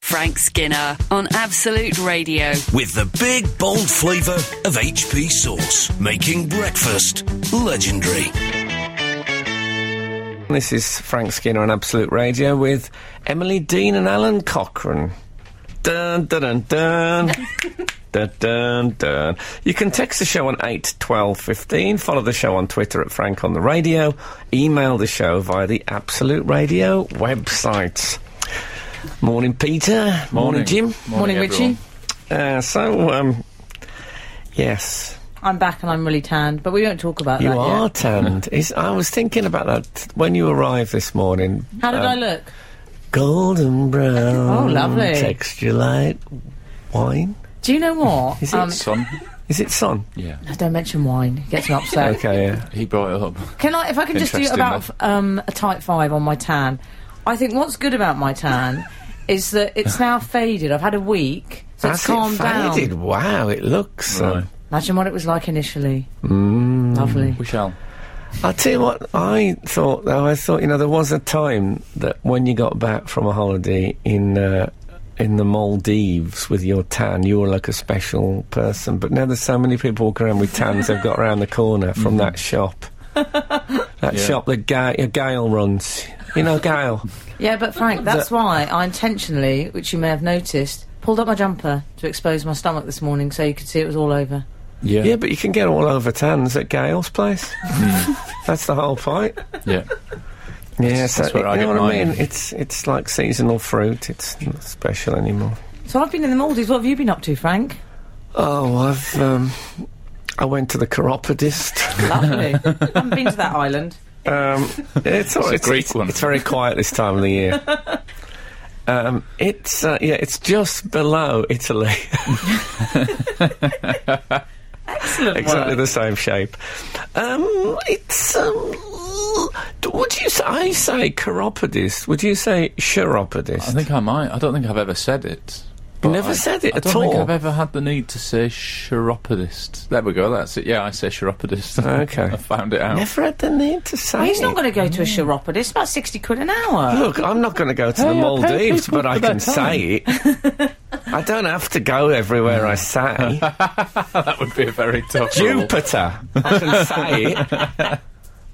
Frank Skinner on Absolute Radio. With the big, bold flavour of HP sauce, making breakfast legendary. This is Frank Skinner on Absolute Radio with Emily Dean and Alan Cochrane. Dun dun dun dun. dun dun dun. You can text the show on 8 12 15, follow the show on Twitter at Frank on the Radio, email the show via the Absolute Radio website. Morning, Peter. Morning, Jim. Morning, Richie. Uh, so, um, yes. I'm back and I'm really tanned, but we won't talk about You that are yet. tanned. Is, I was thinking about that when you arrived this morning. How did Um, I look? Golden brown. Oh, lovely. Texture light wine. Do you know what? Is it Son, Is it son? yeah, no, don't mention wine. It gets me upset. Okay, yeah. he brought it up. Can I, if I can just do Interesting, about um, a type five on my tan? I think what's good about my tan is that it's now faded. I've had a week, so That's it's calmed it faded. down. Wow, it looks. uh, Right. Imagine what it was like initially. Mm. Lovely. We shall. I'll tell you what I thought though. I thought you know there was a time that when you got back from a holiday in uh, in the Maldives with your tan, you were like a special person. But now there's so many people walking around with tans. they've got around the corner from that shop. That Mm. Yeah. shop that Ga- uh, Gail runs. You know Gail. Yeah, but Frank, that's why I intentionally, which you may have noticed, pulled up my jumper to expose my stomach this morning so you could see it was all over. Yeah, yeah, but you can get all over tans at Gail's place. That's the whole point. yeah. Yeah, so that's where you I know get what I mine. mean. It's it's like seasonal fruit. It's not special anymore. So I've been in the Maldives. What have you been up to, Frank? Oh, I've um, I went to the chiropodist. Lovely. haven't been to that island. um, it's, all- a Greek it's, one. It's very quiet this time of the year. um, it's uh, yeah, it's just below Italy. Excellent exactly work. the same shape. Um, it's um, d- would you say I say chiropodist? Would you say chiropodist? I think I might. I don't think I've ever said it. but never I- said it I at don't think all. I've ever had the need to say chiropodist. There we go. That's it. Yeah, I say chiropodist. Okay. I found it out. Never had the need to say. He's it. not going to go to a chiropodist. It's about 60 quid an hour. Look, I'm not going to go to Hey, the I pay Maldives, people but I for their can say it. I don't have to go everywhere I say. that would be a very tough. rule. Jupiter, I can say it.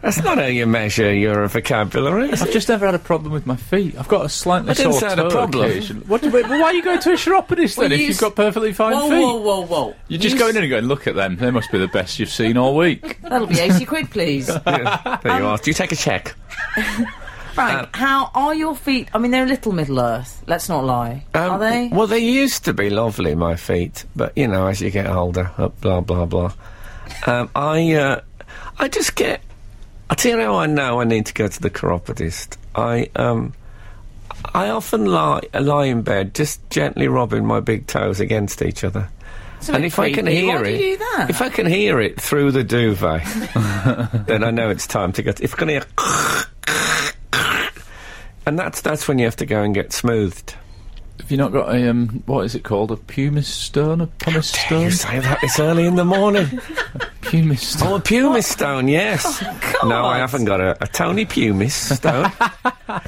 That's not how you measure your vocabulary. is it? I've just never had a problem with my feet. I've got a slightly I didn't sore say I had a toe problem. occasionally. What do you, why are you going to a chiropodist Well, then if you you've s- got perfectly fine Whoa, feet? whoa, whoa, whoa. You're just You going s- in and going, look at them. They must be the best you've seen all week. That'll be 80 quid, please. Yeah, there you are. Do you take a check? Frank, how are your feet? I mean, they're a little Middle Earth. Let's not lie. Um, are they? Well, they used to be lovely, my feet, but you know, as you get older, uh, blah blah blah. Um, I, uh, I just get. I tell you how I know I need to go to the chiropodist. I, um, I often lie lie in bed, just gently rubbing my big toes against each other. It's a And bit if I can creepy. hear Why it, do you do that? if I can hear it through the duvet, then I know it's time to go. To, if I can hear, and that's that's when you have to go and get smoothed. Have you not got a um, what is it called? A pumice stone? A pumice stone? You say that this early in the morning. Pumice stone. Oh, a pumice stone, yes. no, I haven't got a, a Tony pumice stone. I-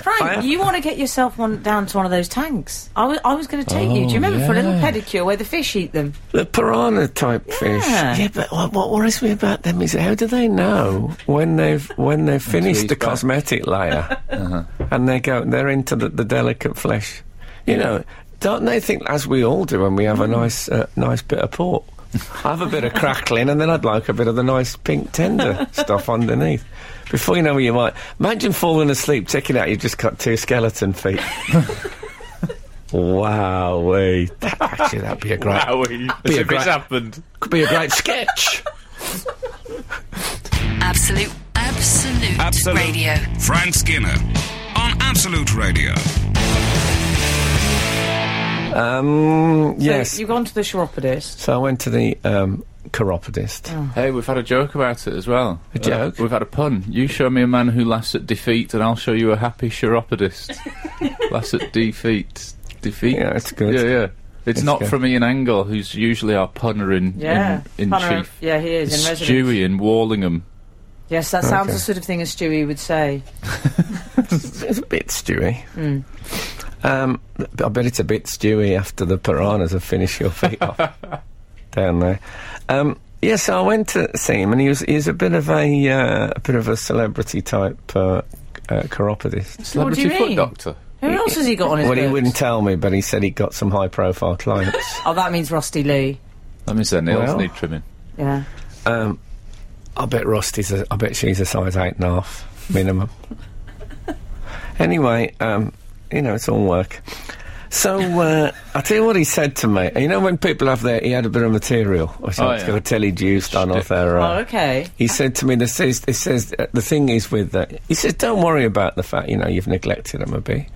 Frank, you want to get yourself one down to one of those tanks. I was, I was going to take you. Do Oh, you remember for a little yeah. pedicure where the fish eat them? the piranha type fish. Yeah. Yeah, but what, what worries me about them is how do they know when they've when they've finished he's the back. cosmetic layer and they go they're into the, the delicate flesh. You know, don't they think as we all do when we have a nice uh, nice bit of pork? I have a bit of crackling, and then I'd like a bit of the nice pink tender stuff underneath. Before you know where you might imagine falling asleep, checking out you've just got two skeleton feet. wow, wait, that, actually that'd be a great As a if great- it's happened. could be a great sketch. Absolute, absolute, Absolute. radio. Frank Skinner on Absolute Radio. Um, yes. So you've gone to the chiropodist. so I went to the um, chiropodist. Hey, we've had a joke about it as well. A joke? we've had a pun. You show me a man who laughs at defeat, and I'll show you a happy chiropodist. laughs at defeat. Defeat. Yeah, it's good. Yeah, yeah. It's, not good. from Ian Angle, who's usually our punner in Yeah. in, in Punter- chief. Yeah, he is. It's in residence. Stewie in Wallingham. Yes, that sounds Okay. the sort of thing a Stewie would say. It's a bit stewy. Um, I bet it's a bit stewy after the piranhas have finished your feet off down there. Um, yeah, so I went to see him, and he was he was a bit of a uh, a bit of a celebrity type uh, uh, chiropodist. What do Celebrity you foot mean? doctor. Who else has he got on his Well, he books? wouldn't tell me, but he said he got some high profile clients. Oh, that means Rusty Lee. That means their nails Well. need trimming. Yeah. um, I bet Rusty's. A, I bet she's a size eight and a half minimum. anyway, um, you know it's all work. So uh, I tell you what he said to me. You know when people have their, he had a bit of material. Or something. Oh, It's yeah. got a telly juice done off their. Uh, Oh, okay. He said to me, "This is this says uh, the thing is with that." He says, "Don't worry about the fact you know you've neglected them a bit."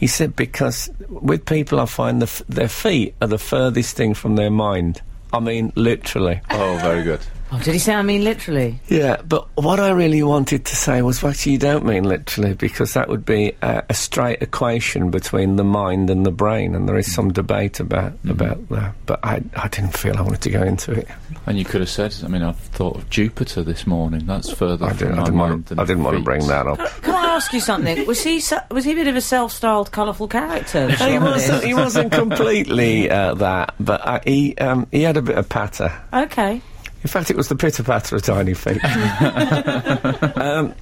He said because with people, I find the f- their feet are the furthest thing from their mind. I mean, literally. Oh, very good. Oh, did he say I mean literally? Yeah, but what I really wanted to say was, well, actually, you don't mean literally, because that would be uh, a straight equation between the mind and the brain, and there is some debate about about that. But I, I didn't feel I wanted to go into it. And you could have said, I mean, I've thought of Jupiter this morning. That's further I from didn't, I my didn't, mind want, than I didn't want to feet. bring that up. Can I ask you something? Was he so, was he a bit of a self-styled, colourful character? the he Sean wasn't, is? he wasn't completely uh, that, but uh, he um, he had a bit of patter. Okay. In fact, it was the pitter patter of tiny feet. um, but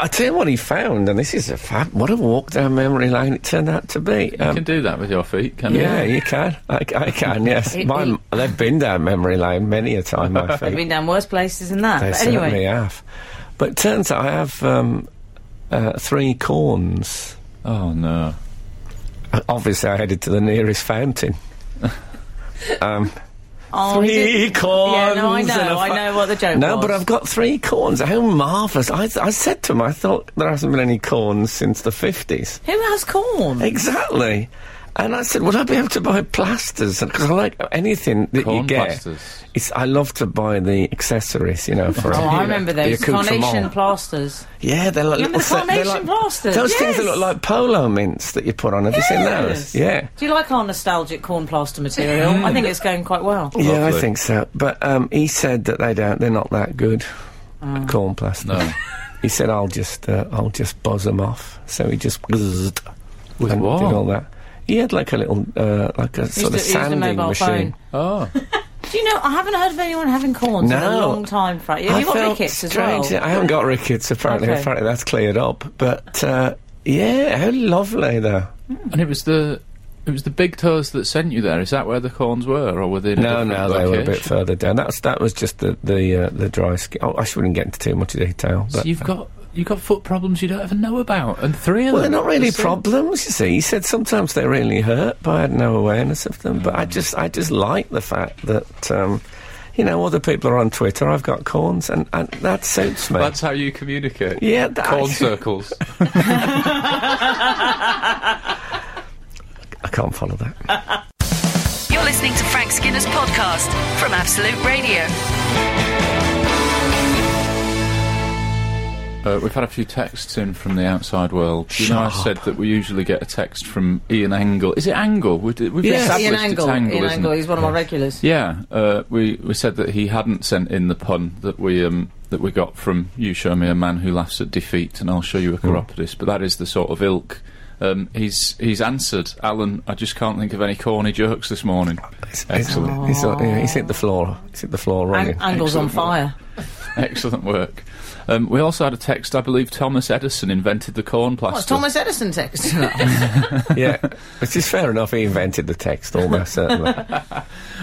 I tell you what he found, and this is a fab. What a walk down memory lane it turned out to be. You Um, can do that with your feet, can Yeah, you? you can. I, I can. Yes, It- Mine, they've been down memory lane many a time. I I've been think down worse places than that. they but certainly anyway, have. But turns out I have um, uh, three corns. Oh, no. Uh, Obviously, I headed to the nearest fountain. oh, he Three did- corns. Yeah, no, I know, and a I fa- know what the joke No, was. but I've got three corns. How marvellous! I, I said to him, I thought there hasn't been any corns since the fifties. Who has corn? Exactly. And I said, would I be able to buy plasters? Because I like anything that you Corn get. plasters. It's, I love to buy the accessories, you know, for Oh, I remember the those accoutrement. carnation plasters. Yeah, they're like little Remember the se- they're carnation like, plasters? Those things that Yes. look like polo mints that you put on. Have you seen those? Yes. Yeah. Do you like our nostalgic corn plaster material? I think it's going quite well. Yeah, I Lovely. think so. But um, he said that they don't. They're not that good. Oh. Corn plaster. No. He said, "I'll just, uh, I'll just buzz them off." So he just buzzed With and what? did all that. He had like a little, uh, like a Used sort of a- used a sanding mobile machine. phone. Oh. Do you know? I haven't heard of anyone having corns in a No. long time. Fra- Have I you got felt rickets as well? strange. I haven't got rickets. Apparently, Okay. apparently that's cleared up. But uh, yeah, how lovely though. And it was the it was the big toes that sent you there. Is that where the corns were, or were they? In No, a no, different they were a bit location? further down. That's that was just the the uh, the dry skin. Oh, I shouldn't get into too much detail. So But you've got you've got foot problems you don't even know about, and three of well, they're them. not really Just- problems. You see, he said sometimes they really hurt, but I had no awareness of them. But I just I just like the fact that. Um, you know, other people are on Twitter. I've got corns, and, and that suits me. That's how you communicate. yeah, that, Corn circles. I can't follow that. You're listening to Frank Skinner's podcast from Absolute Radio. Uh, we've had a few texts in from the outside world. You know, I Shut up. said that we usually get a text from Ian Angle. Is it Angle? We did, we've Yes. established Ian it's Angle. Angle, Ian isn't Angle. it? He's one of my regulars. Yeah, uh, we we said that he hadn't sent in the pun that we um, that we got from "You show me a man who laughs at defeat, and I'll show you a chiropodist." But that is the sort of ilk. Um, he's he's answered, Alan. I just can't think of any corny jokes this morning. It's- it's- Excellent, He's, yeah, he's hit the floor. He's hit the floor running. Ang- Angle's on Excellent. fire. excellent work. Um, we also had a text. I believe Thomas Edison invented the corn plaster. What's Thomas Edison text? yeah, which is fair enough. He invented the text, almost certainly.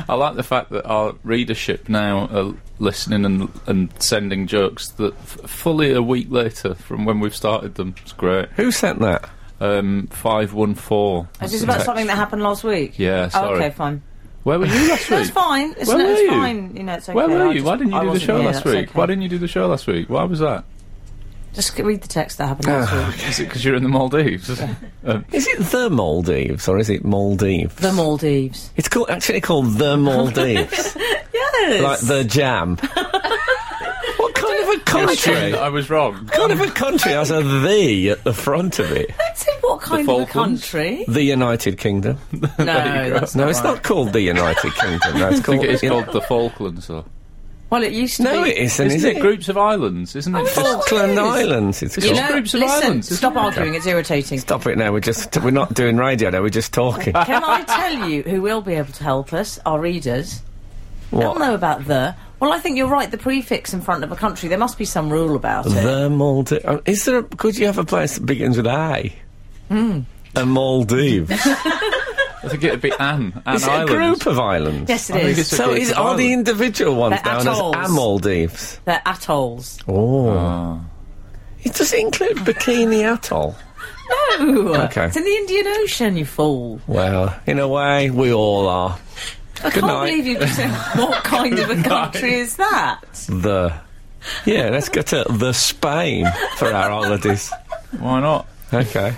I like the fact that our readership now are listening and and sending jokes that f- fully a week later from when we've started them. It's great. Who sent that? Um, five one four. Is this about something that happened last week? Yeah, Oh, sorry. okay, fine. Where were you last That's week? fine. It's, Where no, were it's you? fine. You know, it's okay. Where were I you? just- Why didn't you I do the wasn't show here, last that's week? okay. Why didn't you do the show last week? Why was that? Just read the text that happened last week. Is it because you're in the Maldives? um, Is it the Maldives or is it Maldives? The Maldives. It's called actually called the Maldives, Yes. like the jam. what kind of a country? I was wrong. kind of a country has a the at the front of it. That's in what kind of a Falklands? country? The United Kingdom. no, that's No, not it's right. not called the United Kingdom. No, it's called. I think it is you know- called the Falklands, though. Well, it used to No, be. it isn't, Isn't is it it? groups of islands? Isn't it? Just- Falkland Islands. It's You called. know- groups of listen, islands, isn't stop it? arguing. It's irritating. Stop it now. We're just we're not doing radio now. We're just talking. Can I tell you who will be able to help us? Our readers. What? They'll know about the. Well, I think you're right. The prefix in front of a country. There must be some rule about it. The Maldives. Is there? A, could you have a place that begins with I? A Maldives. I think it'd be Anne. Anne Is it a Island. group of islands? Yes, it I think is. it's a So group is, of are the islands. individual ones They're down as atolls. Amaldives? They're atolls. Oh. Ah. It does include Bikini Atoll. Ooh, Okay. It's in the Indian Ocean, you fool. Well, in a way, we all are. I Good can't night. believe you just said, what kind of a country is that? The. Yeah, let's go to the Spain for our holidays. Why not? Okay.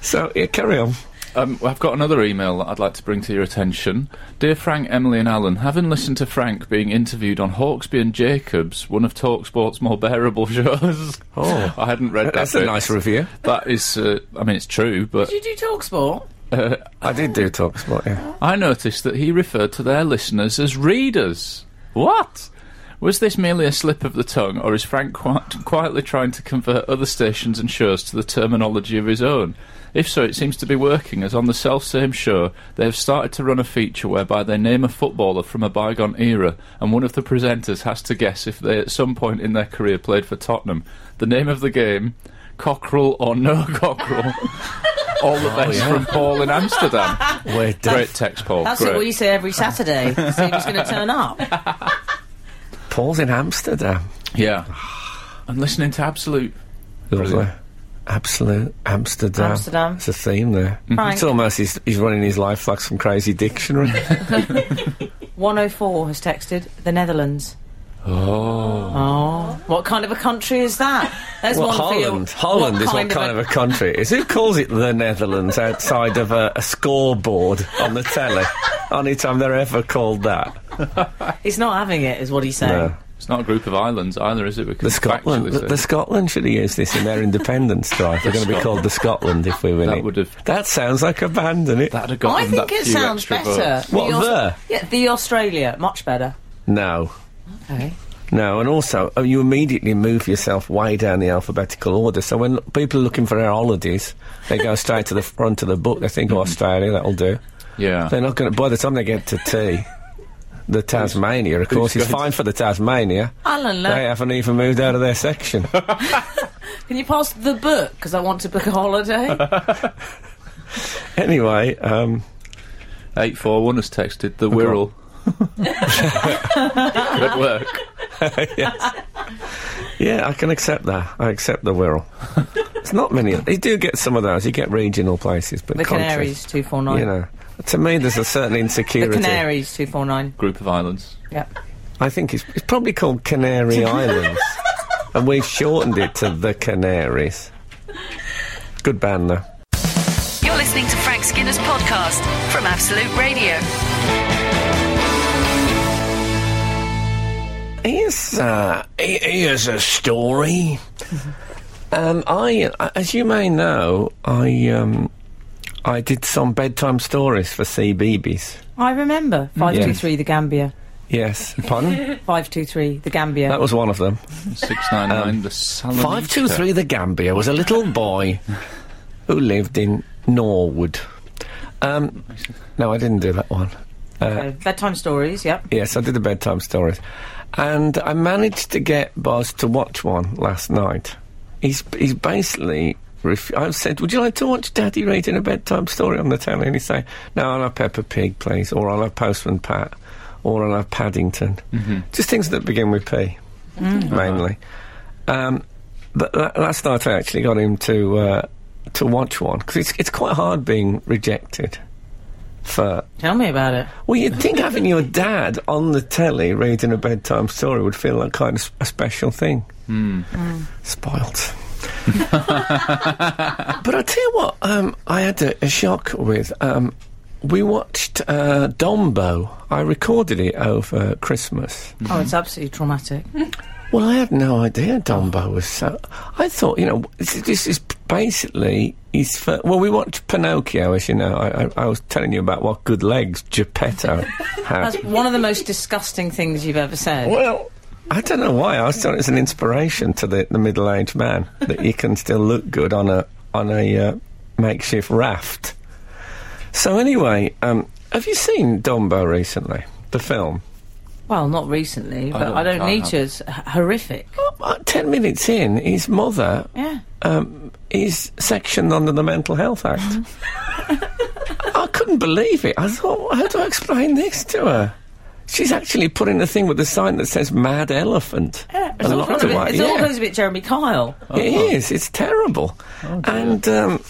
So, yeah, carry on. Um, I've got another email that I'd like to bring to your attention. Dear Frank, Emily, and Alan, having listened to Frank being interviewed on Hawksby and Jacobs, one of Talksport's more bearable shows. Oh. I hadn't read that. That's a bit. nice review. That is, uh, I mean, it's true, but Did you do talk sport? I did do talk spot, yeah. I noticed that he referred to their listeners as readers. What? Was this merely a slip of the tongue, or is Frank qui- quietly trying to convert other stations and shows to the terminology of his own? If so, it seems to be working, as on the self same show, they have started to run a feature whereby they name a footballer from a bygone era, and one of the presenters has to guess if they at some point in their career played for Tottenham. The name of the game, Cockerel or No Cockerel. All Oh, the best from Paul in Amsterdam. We're Great dead. text, Paul. That's Great. what we say every Saturday. See who's going to turn up. Paul's in Amsterdam. Yeah. I'm listening to Absolute. Lovely. Absolute Amsterdam. Amsterdam. It's a theme there. Frank. It's almost he's, he's running his life like some crazy dictionary. 104 has texted the Netherlands. Oh. What kind of a country is that? There's Well, one Holland. field. Holland is what kind of, a country it is. Who calls it the Netherlands outside of a, a scoreboard on the telly? Only time they're ever called that. He's not having it, is what he's saying. No. It's not a group of islands either, is it? We can The Scotland, factually the, say. the Scotland should have used this in their independence drive. They're going to be called the Scotland if we win That it. would have- That sounds like a band, doesn't it? That'd have I gotten think that it few sounds extra better. votes. What, Aus- the? Yeah, the Australia. Much better. No, Okay. no, and also oh, you immediately move yourself way down the alphabetical order. So when people are looking for their holidays, they go straight to the front of the book. They think, oh, Australia, that'll do. Yeah. They're not going to. By the time they get to T, the Tasmania, of course, is going fine for the Tasmania. Alan, look, They haven't even moved out of their section. can you pass the book? Because I want to book a holiday. anyway, um, 841 has texted the Wirral. Good work. yeah, I can accept that. I accept the Wirral. it's not many. You do get some of those. You get regional places, but the countries, Canaries, 249. You know, to me, there's a certain the insecurity. Canaries, 249. Group of islands. Yep. I think it's, it's probably called Canary Islands, and we've shortened it to the Canaries. Good band though. You're listening to Frank Skinner's podcast from Absolute Radio. Here's, uh, he- here's a story. um, I, as you may know, I um, I did some bedtime stories for CBeebies. I remember. Mm. 523, the Gambia. Yes, pardon. 523, the Gambia. that was one of them. 699, the Salon. Five two three. The Gambia was a little boy who lived in Norwood. Um, no, I didn't do that one. Uh, bedtime stories, yep. Yes, I did the bedtime stories. And I managed to get Buzz to watch one last night. He's he's basically. Ref- I said, Would you like to watch Daddy reading a bedtime story on the telly? And he's saying, No, I'll have Peppa Pig, please, or I'll have Postman Pat, or I'll have Paddington. Just things that begin with P, mainly. Um, but la- last night I actually got him to uh, to watch one because it's, it's quite hard being rejected for Tell me about it. well, you'd think having your dad on the telly reading a bedtime story would feel like kind of s- a special thing. Spoilt. but I tell you what, um, I had a, a shock with. Um, we watched uh, Dombo. I recorded it over Christmas. Oh, it's absolutely traumatic. Well, I had no idea Dombo was so. I thought, you know, this, this is basically he's for, well we watched pinocchio as you know I, I, I was telling you about what good legs geppetto had That's one of the most disgusting things you've ever said. well i don't know why i was thought it's an inspiration to the, the middle-aged man that he can still look good on a on a uh, makeshift raft so anyway um, have you seen dumbo recently the film Well, not recently, but don't- I don't, I need have- to. It's h- horrific. Uh, ten minutes in his mother Yeah. um, is sectioned under the Mental Health Act. Mm-hmm. I couldn't believe it. I thought, how do I explain this to her? She's actually putting a thing with a sign that says "Mad Elephant." It's, all, goes a bit, it's all goes a bit Jeremy Kyle. It is. It's terrible, Oh, and um,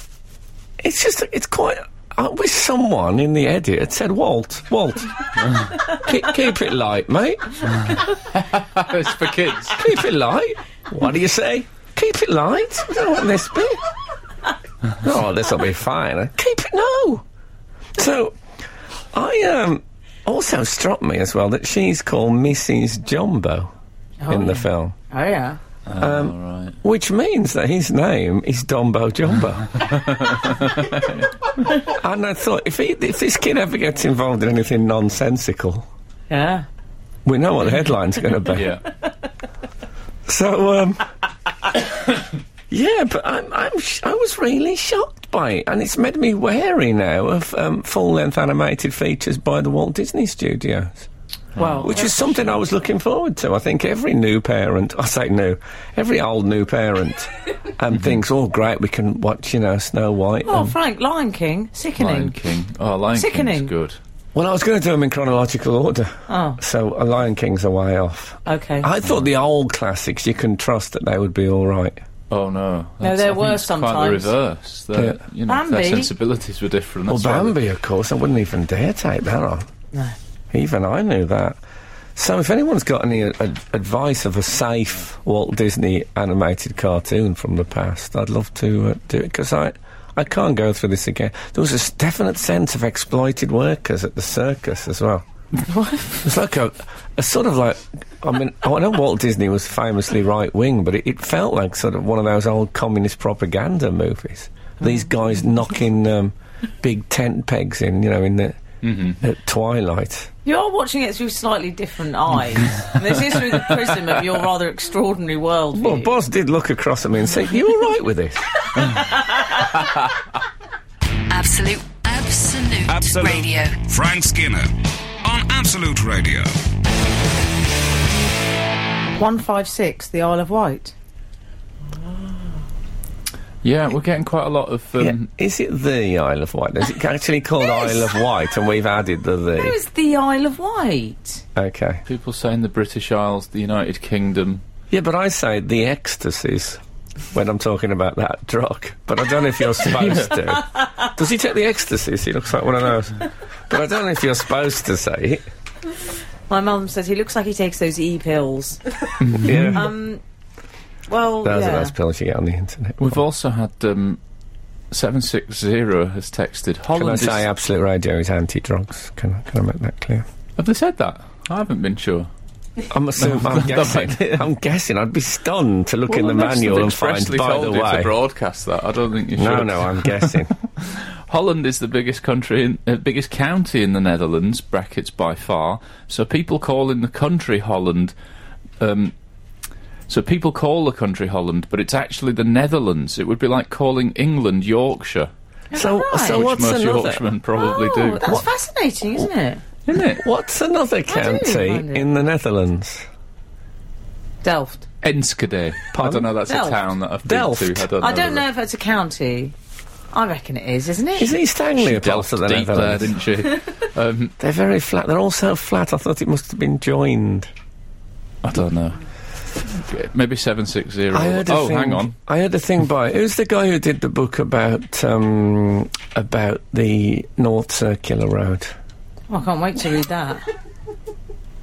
it's just it's quite. I wish someone in the edit had said, "Walt, Walt, keep, keep it light, mate. Oh, it's for kids. Keep it light. What do you say? Keep it light. I don't want this bit. oh, this will be fine. Uh, Keep it no. So, I um also struck me as well that she's called Mrs. Jumbo in the film, Oh, yeah. all right. which means that his name is Dombo Jumbo. and I thought if he, if this kid ever gets involved in anything nonsensical, Yeah. we know what the headline's going to be. Yeah. So, um, yeah, but I'm, I'm, sh- I was really shocked by it, and it's made me wary now of um, full-length animated features by the Walt Disney Studios. Well, Which is something I was looking forward to. I think every new parent, I say new, every old new parent, um, thinks, "Oh, great, we can watch, you know, Snow White." Um, oh, and- Frank, Lion King, sickening. Lion King. Oh, Lion Sickening. King's good. well, I was going to do them in chronological order, Oh. so a Lion King's a way off. Okay. I thought the old classics, you can trust that they would be all right. Oh no! That's- there I think were it's quite the sometimes. reverse. Their, Yeah. you know, Bambi. their sensibilities were different. Well, That's why Bambi, of course. I wouldn't even dare take that on. No. Even I knew that. So, if anyone's got any ad- ad- advice of a safe Walt Disney animated cartoon from the past, I'd love to uh, do it because I, I can't go through this again. There was a s- definite sense of exploited workers at the circus as well. It's like a, a sort of like. I mean, I know Walt Disney was famously right wing, but it, it felt like sort of one of those old communist propaganda movies. These guys knocking um, big tent pegs in, you know, in the at twilight. You are watching it through slightly different eyes. and this is through the prism of your rather extraordinary world. Well, Boz did look across at me and say, "You all right with this?" Absolute, absolute, Absolute. radio. Frank Skinner on Absolute Radio. 156, The Isle of Wight. Yeah, we're getting quite a lot of. Um, Yeah. Is it the Isle of Wight? Is it actually called Isle of Wight, and we've added the Where the? is The Isle of Wight? Okay. People saying the British Isles, the United Kingdom. Yeah, but I say the ecstasies when I'm talking about that drug. But I don't know if you're supposed to. Does he take the ecstasies? He looks like one of those. But I don't know if you're supposed to say it. My mum says he looks like he takes those E pills. Yeah. Um, well, those yeah. are those pills you get on the internet. We've also had um, seven six zero has texted Can I Holland. is- say um, Absolute Radio is anti-drugs? Can I, can I make that clear? have they said that? I haven't been sure. I'm assuming. I'm guessing. I'm guessing. I'd be stunned to look in the Well, they must manual have and find. expressly By told the you to way, broadcast that. I don't think you should. no, no, I'm guessing. Holland is the biggest country, in, uh, biggest county in the Netherlands (brackets by far). So people call in the country Holland. Um, so people call the country Holland, but it's actually the Netherlands. It would be like calling England Yorkshire, so, so which what's most another? Yorkshiremen probably oh, do. That's fascinating, isn't it? Isn't it? What's another didn't county find it. in the Netherlands? Delft. Enschede. I don't know. That's Delft. a town that I've Delft. been to. I don't know. I don't know whether- if it's a county. I reckon it is, isn't it? Is East Anglia Delft part of the deep there, Netherlands? didn't she? um, They're very flat. They're all so flat. I thought it must have been joined. I don't know. Maybe seven six zero. I heard a Oh, thing, hang on. I heard a thing by who's the guy who did the book about um, about the North Circular Road? Oh, I can't wait to read that.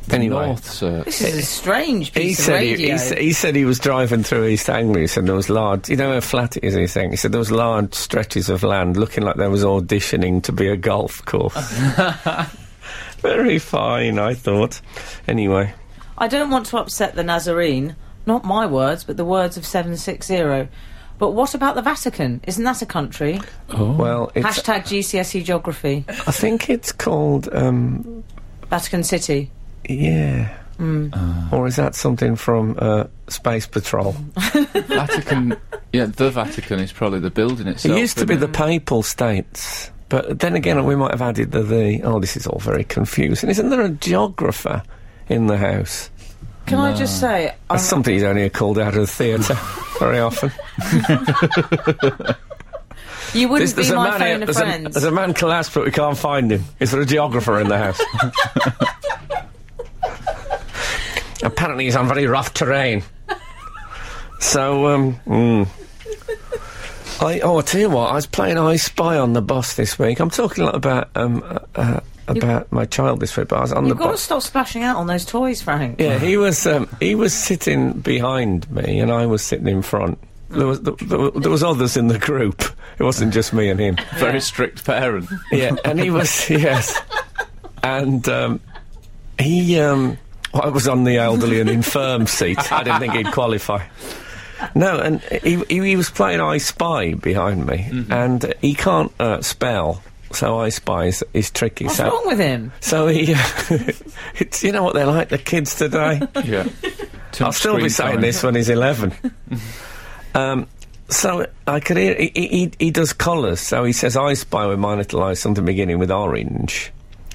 Anyway. North, sir. This is a strange He piece of said he, radio. he, s- he said he was driving through East Anglia. He said there was large. You know how flat it is. He saying he said there was large stretches of land looking like there was auditioning to be a golf course. Very fine, I thought. Anyway, I don't want to upset the Nazarene. Not my words, but the words of 760. But what about the Vatican? Isn't that a country? Oh. Well, it's, Hashtag GCSE E geography. I think it's called, um, Vatican City. yeah. Or is that something from uh, Space Patrol? Vatican. Yeah, the Vatican is probably the building It itself. used to be isn't the Papal States, but then again, we might have added the, the. Oh, this is all very confusing. Isn't there a geographer in the house? Can I just say, uh, I'm, That's something he's only called out of the theatre very often. you wouldn't there's be a my man, phone here- of there's, a, friends. there's a man collapsed, but we can't find him. Is there a geographer in the house? Apparently, he's on very rough terrain. So, um, mm. I oh, I tell you what, I was playing I Spy on the bus this week. I'm talking a lot about um uh, uh, about my child this week, but I was on the You've got to bus. stop splashing out on those toys, Frank. Yeah, he was um, he was sitting behind me, and I was sitting in front. There was there, were- there was others in the group. It wasn't just me and him. it? Very strict parent. Yeah, and he was yes, and um, he um, well, I was on the elderly and infirm seat. I didn't think he'd qualify. No, and he he, he was playing I Spy behind me, and he can't uh, spell, so I Spy is, is tricky. What's so wrong with him? so he, it's you know what they're like the kids today. Yeah. Too I'll much still be screen saying time. this when he's 11. um, so I could hear he, he, he- he does colours. So he says, I spy with my little eyes something beginning with orange.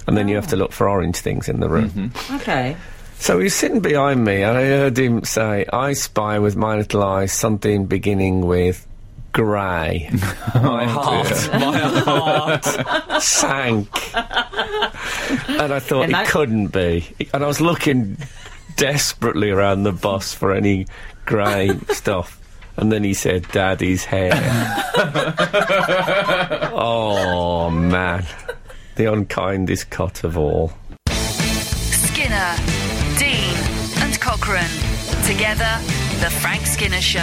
And then you Ah. have to look for orange things in the room. Mm-hmm. Okay. So he was sitting behind me and I heard him say, I spy with my little eyes something beginning with grey. my heart My- sank. and I thought And it that- couldn't be. And I was looking desperately around the bus for any grey stuff. And then he said, Daddy's hair. oh, man. The unkindest cut of all. Skinner, Dean, and Cochrane. Together, The Frank Skinner Show.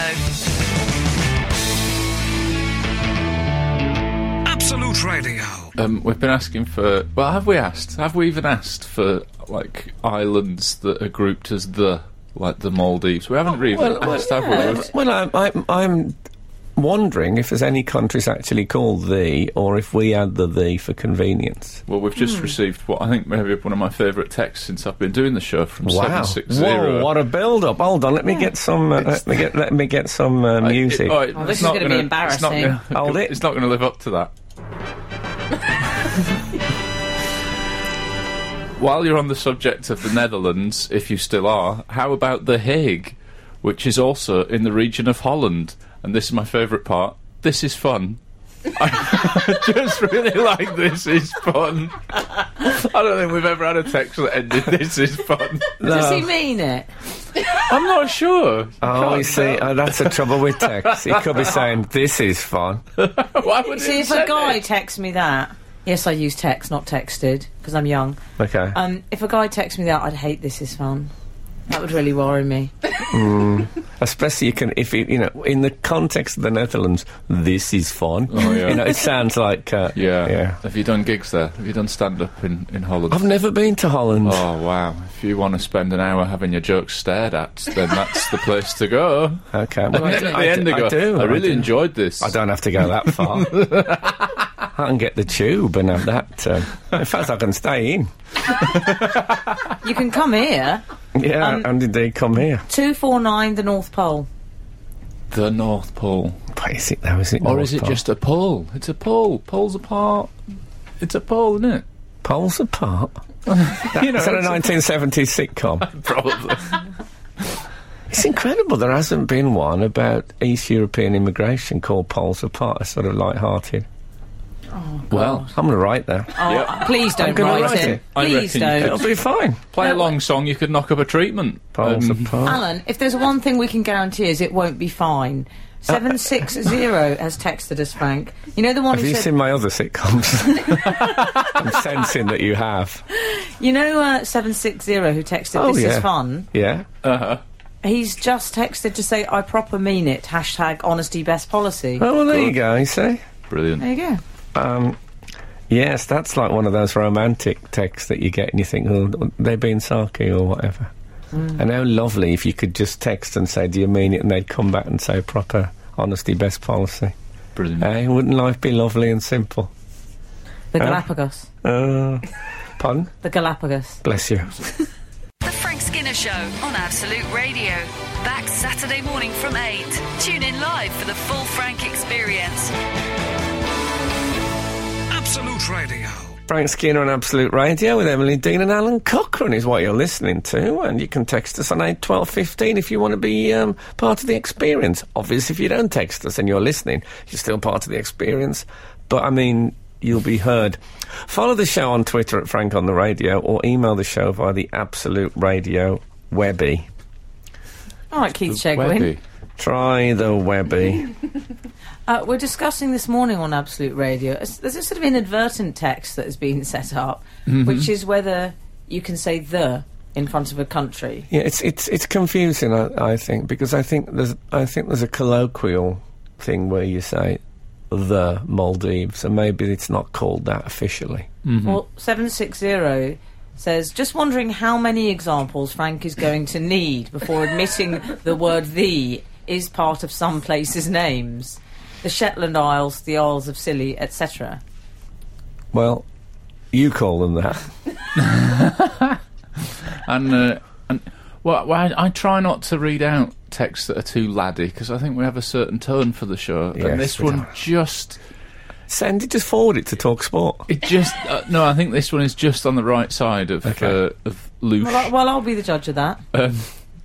Absolute Radio. um, we've been asking for. Well, have we asked? Have we even asked for like islands that are grouped as the like the Maldives? We haven't really Oh, well, well, asked, have we? Well, I'm, I'm, I'm wondering if there's any countries actually called the, or if we add the the for convenience. Well, we've just received what I think maybe one of my favourite texts since I've been doing the show from seven six zero. Whoa, what a build-up! Hold on, let me get some. Uh, let me get. Let me get some uh, music. Oh, this is gonna be embarrassing. It's not Hold gonna, it. it's not going to live up to that. While you're on the subject of the Netherlands, if you still are, how about The Hague, which is also in the region of Holland? And this is my favourite part. This is fun. I just really like this is fun. I don't think we've ever had a text that ended this is fun. Does he mean it? I'm not sure. Oh, Can't you see, tell. uh, that's the trouble with text. He could be saying, "This is fun." Why would See, it if say a guy it? texts me that, yes, I use text, not texted, because I'm young. Okay. Um, if a guy texts me that, I'd hate this is fun. That would really worry me. Especially you can, if you, you know, in the context of the Netherlands, this is fun. Oh, yeah. You know, it sounds like. Uh, Yeah. Have you done gigs there? Have you done stand up in, in Holland? I've never been to Holland. Oh wow! If you want to spend an hour having your jokes stared at, then that's the place to go. Okay. well, And do- at the end, do- they go, do, I really do. enjoyed this. I don't have to go that far. I can get the tube and have that. Um, in fact, I can stay in. You can come here. Yeah, Um, and indeed come here. 249 the North Pole. The North Pole, What is it though? Is it or North is it Pole? just a pole? It's a pole. Poles apart. It's a pole, isn't it? poles apart? you know, Is that a it's a- 1970s sitcom? probably. It's incredible there hasn't been one about East European immigration called Poles Apart. It's sort of light-hearted. well, I'm going to write that. Oh, Yep. please don't gonna write, write it. it. I Please reckon you don't. It'll be fine. play a long song. You could knock up a treatment. Poles Um, Apart. Alan, if there's one thing we can guarantee is it won't be fine. Uh, 760 has texted us, Frank. You know the one Have who you said, seen my other sitcoms? I'm sensing that you have. you know uh, 760 who texted, Oh, this yeah. is fun? Yeah. He's just texted to say, I proper mean it, hashtag honesty best policy. Oh, well, there you go, you see. brilliant. There you go. Yes, that's like one of those romantic texts that you get and you think, oh, they're being sarky or whatever. And how lovely if you could just text and say, do you mean it? And they'd come back and say proper Honesty, best policy. Brilliant. Eh? Wouldn't life be lovely and simple? The Huh? Galapagos. Uh, pardon? The Galapagos. Bless you. The Frank Skinner Show on Absolute Radio. Back Saturday morning from 8. Tune in live for the full Frank experience. Absolute Radio. Frank Skinner on Absolute Radio with Emily Dean and Alan Cochrane is what you're listening to, and you can text us on eight twelve fifteen if you want to be um, part of the experience. Obviously, if you don't text us and you're listening, you're still part of the experience. But I mean, you'll be heard. Follow the show on Twitter at Frank on the Radio, or email the show via the Absolute Radio Webby. All right, Keith Chegwin. Webby. Try the Webby. Uh, we're discussing this morning on Absolute Radio. it's- There's a sort of inadvertent text that has been set up, which is whether you can say the in front of a country. yeah, it's it's it's confusing, I, I think, because I think there's I think there's a colloquial thing where you say the Maldives, and maybe it's not called that officially. Well, 760 says, just wondering how many examples Frank is going to need before admitting the word the is part of some places' names. The Shetland Isles, the Isles of Scilly, etc. Well, you call them that. And, uh, and well, well, I, I try not to read out texts that are too laddy because I think we have a certain tone for the show. Yes, and this we one do. just, Send it, just forward it to Talk Sport. it just, uh, no, I think this one is just on the right side of Okay. uh, of loose. Well, I, well, I'll be the judge of that. Um,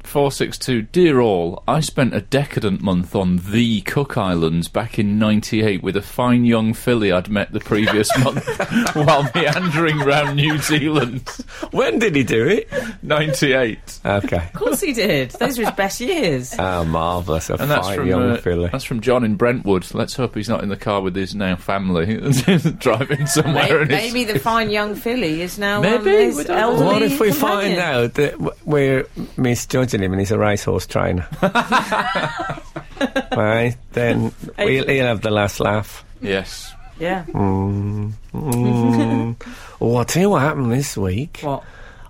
462 Dear all, I spent a decadent month on the Cook Islands back in 98 with a fine young filly I'd met the previous month while meandering round New Zealand. When did he do it? 98. Okay. Of course he did. Those were his best years. Ah, marvellous. A And that's fine from young uh, filly. that's from John in Brentwood. Let's hope he's not in the car with his now family driving somewhere. and it's- Maybe the fine young filly is now um, Maybe, we his don't know. elderly What if we companion. find out that w- we're misjudging him and he's a racehorse trainer? right, then we'll, he'll have the last laugh. Yes. Yeah. Oh, I'll tell you what happened this week. What?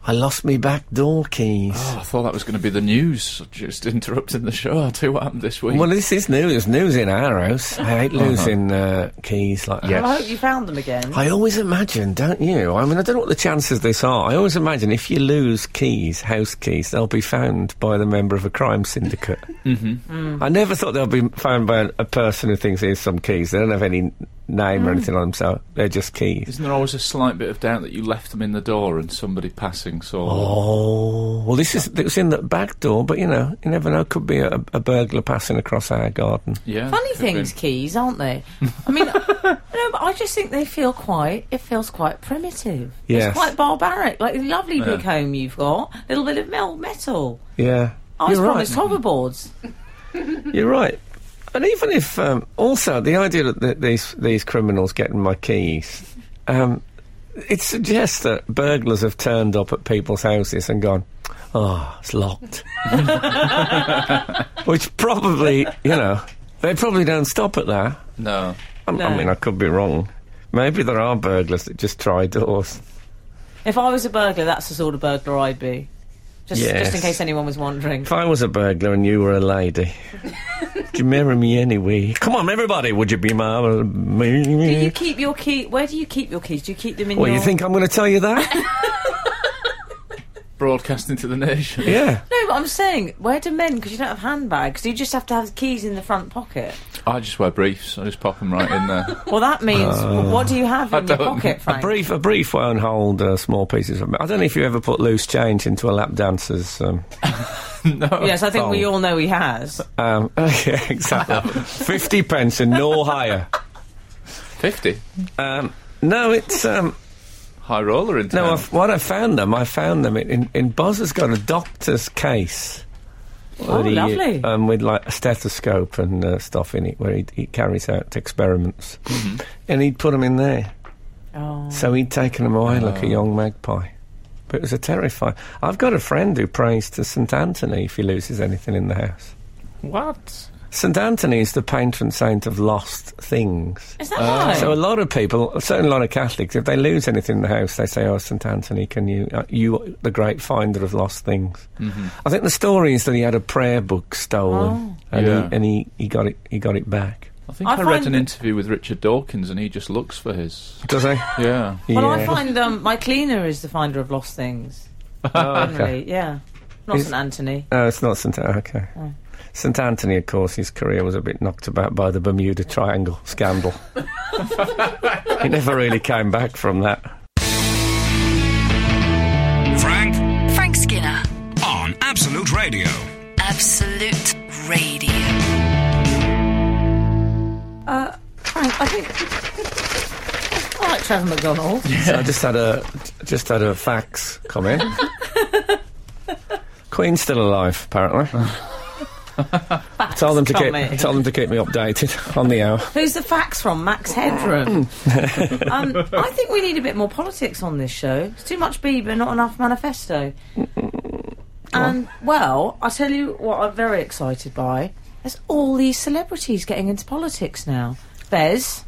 I lost my back door keys. Oh, I thought that was going to be the news. Just interrupting the show. I'll tell you what happened this week. Well, this is news. News in our house. I hate losing uh, keys like that. Yes. Well, I hope you found them again. I always imagine, don't you? I mean, I don't know what the chances this are. I always imagine if you lose keys, house keys, they'll be found by the member of a crime syndicate. mm-hmm. I never thought they'll be found by a, a person who thinks here's some keys. They don't have any n- name or anything on them, so they're just keys. Isn't there always a slight bit of doubt that you left them in the door and somebody passing saw them? Oh, well, this is it was in the back door, but you know, you never know. Could be a, a burglar passing across our garden. Yeah. Funny could've been. things, keys, aren't they? I mean, no, but I just think they feel quite. It feels quite primitive. Yes. It's quite barbaric. Like the lovely big home you've got, little bit of mel metal. Yeah, I was You're right. promised hoverboards. You're right. And even if, um, also, the idea that th- these these criminals getting my keys, um, it suggests that burglars have turned up at people's houses and gone, oh, it's locked. Which probably, you know, they probably don't stop at that. No. I, I No. mean, I could be wrong. Maybe there are burglars that just try doors. If I was a burglar, that's the sort of burglar I'd be. Just, just in Yes. case anyone was wondering. If I was a burglar and you were a lady, would you marry me anyway? Come on, everybody, would you be my... uh, Do you keep your key? Where do you keep your keys? Do you keep them in Well, your? you think I'm going to tell you that? Broadcasting to the nation. yeah. No, but I'm saying, where do men? Because you don't have handbags. You just have to have keys in the front pocket. I just wear briefs. I just pop them right in there. Well, that means Uh, what do you have in your don't- pocket, Frank? A brief, a brief won't hold uh, small pieces of. I don't know if you ever put loose change into a lap dancer's. Um, no. Yes, I think we Oh. all know he has. um, yeah, exactly. Fifty pence and no higher. 50. Um, no, it's um, High roller in town. Um, no. I've, what I found them, I found them in in, in Boz has got a doctor's case. Oh, that he, lovely. Um, with like a stethoscope and uh, stuff in it, where he, he carries out experiments, Mm-hmm. and he'd put them in there. Oh. So he'd taken them away like a young magpie. But it was a terrifying. I've got a friend who prays to St. Anthony if he loses anything in the house. What? St Anthony is the patron saint of lost things. Is that right? Uh, So a lot of people, a certain lot of Catholics, if they lose anything in the house, they say, "Oh, Saint Anthony, can you, uh, you, the great finder of lost things." I think the story is that he had a prayer book stolen, Oh. and, Yeah. he, and he, he got it, he got it back. I think I, I read find an that- interview with Richard Dawkins, and he just looks for his. Does he? Yeah. well, I Yeah. find um, my cleaner is the finder of lost things. Oh, okay. Generally, yeah. Not Is- St Anthony. No, it's not St. Okay. Oh. St. Anthony, of course, his career was a bit knocked about by the Bermuda Triangle scandal. he never really came back from that. Frank Frank Skinner, on Absolute Radio. Absolute Radio. Frank, I think. I like Trevor McDonald. So I just had a just had a fax come in. Queen's still alive, apparently. told them to come keep in. told them to keep me updated on the hour. Who's the fax from? Max Headroom. um, I think we need a bit more politics on this show. It's too much Bieber, not enough manifesto. and, well, I tell you what I'm very excited by. There's all these celebrities getting into politics now. Bez.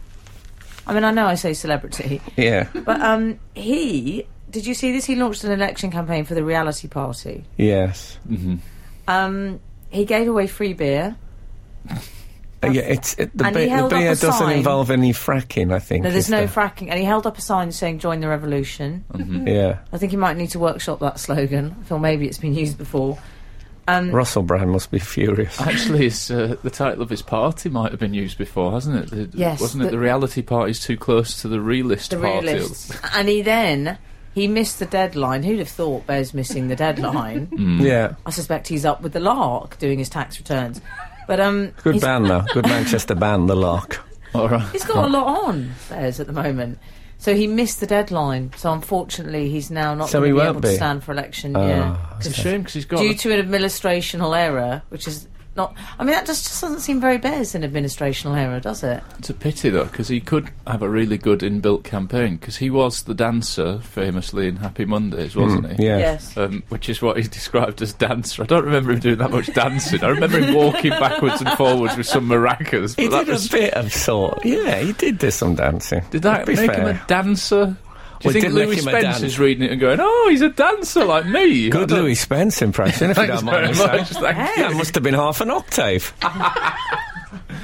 I mean, I know I say celebrity, Yeah, but um, he. Did you see this? He launched an election campaign for the reality party. yes, Um, he gave away free beer. Uh, yeah. It's it, the, And he be- the held up beer a doesn't sign. involve any fracking. I think. No, is there's no the- fracking. And he held up a sign saying, Join the revolution. yeah, I think you might need to workshop that slogan. I feel maybe it's been used before. Um, Russell Brand must be furious. Actually, his, uh, the title of his party might have been used before, hasn't it? The- Yes, Wasn't it the- the reality party's too close to the realist The party? realists. And he then he missed the deadline. Who'd have thought Bez missing the deadline? Yeah, I suspect he's up with the lark doing his tax returns. But um good he's, band though. Good Manchester band, The Lark. All right. he's got a lot on, Bez, at the moment. So he missed the deadline. So unfortunately he's now not So he going to be won't able be? Uh, to stand for election. Oh. yeah. It's a shame because he's got. Due a- to an administrational error, which is not I mean that just, just doesn't seem very Bez an administrational error, does it? it's a pity though because he could have a really good inbuilt campaign because he was the dancer famously in Happy Mondays, wasn't he? Hmm, Yeah. Yes. um, which is what he's described as dancer. I don't remember him doing that much dancing. I remember him walking backwards and forwards with some maracas. He but that did was- a bit of sort. Yeah, he did do some dancing. did To that be make him fair. a dancer? Do Well, it you think did make Louis him a Spence dancer. is reading it and going, "Oh, he's a dancer like me"? I Good don't- Louis Spence impression, if you Thanks don't mind very me much. saying. Thank you. That must have been half an octave.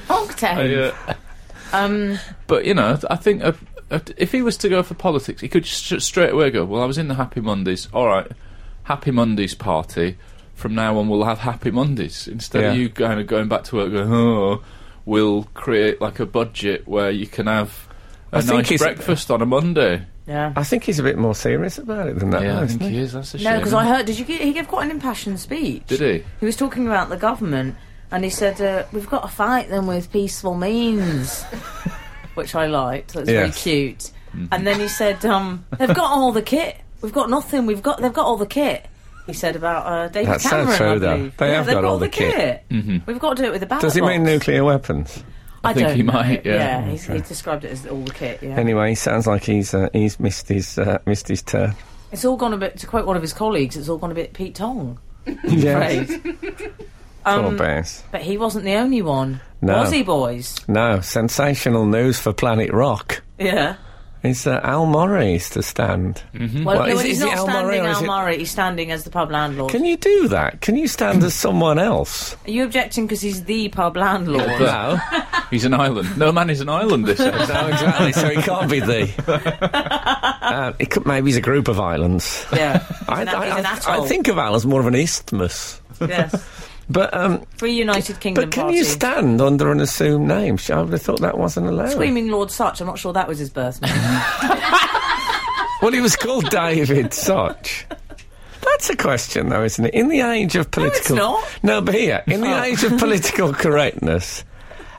Octave. I, uh, Um, but you know, I think uh uh if he was to go for politics, he could sh- straight away go. Well, I was in the Happy Mondays. All right, Happy Mondays party. From now on, we'll have Happy Mondays instead of Yeah. you kind of going back to work. Going, oh, we'll create like a budget where you can have a I think nice he's- breakfast on a Monday. yeah. I think he's a bit more serious about it than that. Yeah, though, I isn't think he is. That's a shame. No, because I heard. Did you? gi- He gave quite an impassioned speech. Did he? He was talking about the government, and he said, uh, "We've got to fight them with peaceful means," which I liked. That was Yes. Mm-hmm. very cute. And then he said, um, "They've got all the kit. We've got nothing. We've got. They've got all the kit." He said about uh, David That Cameron. sounds I true, though. believe. They Yeah, have they've got all the kit. Mm-hmm. We've got to do it with the ballot Does it mean box. nuclear weapons? I, think don't he know. might, yeah. he's, he described it as all the kit. Yeah. Anyway, he sounds like he's uh, he's missed his uh, missed his turn. it's all gone a bit. To quote one of his colleagues, it's all gone a bit Pete Tong. Yeah, Right. um, poor Bears. But he wasn't the only one. No. Was he, boys? No, sensational news for Planet Rock. Yeah. Is uh, Al Murray is to stand? Well, Well, no, Hmm. is- he's is not it Al Murray standing or is Al it- Murray. He's standing as the pub landlord. Can you do that? Can you stand as someone else? Are you objecting because he's the pub landlord? No, he's an island. No man is an island. This is. No, exactly. so he can't be the. Uh, it could, maybe he's a group of islands. yeah. He's I, an, he's I- an I- atoll. I think of Al as more of an isthmus. Yes. But um, Free United Kingdom But can party. you stand under an assumed name? Sh- I would have thought that wasn't allowed. Screaming Lord Such. I'm not sure that was his birth name. Well, he was called David Such. That's a question, though, isn't it? In the age of political, not. no, but here, in the age of political correctness,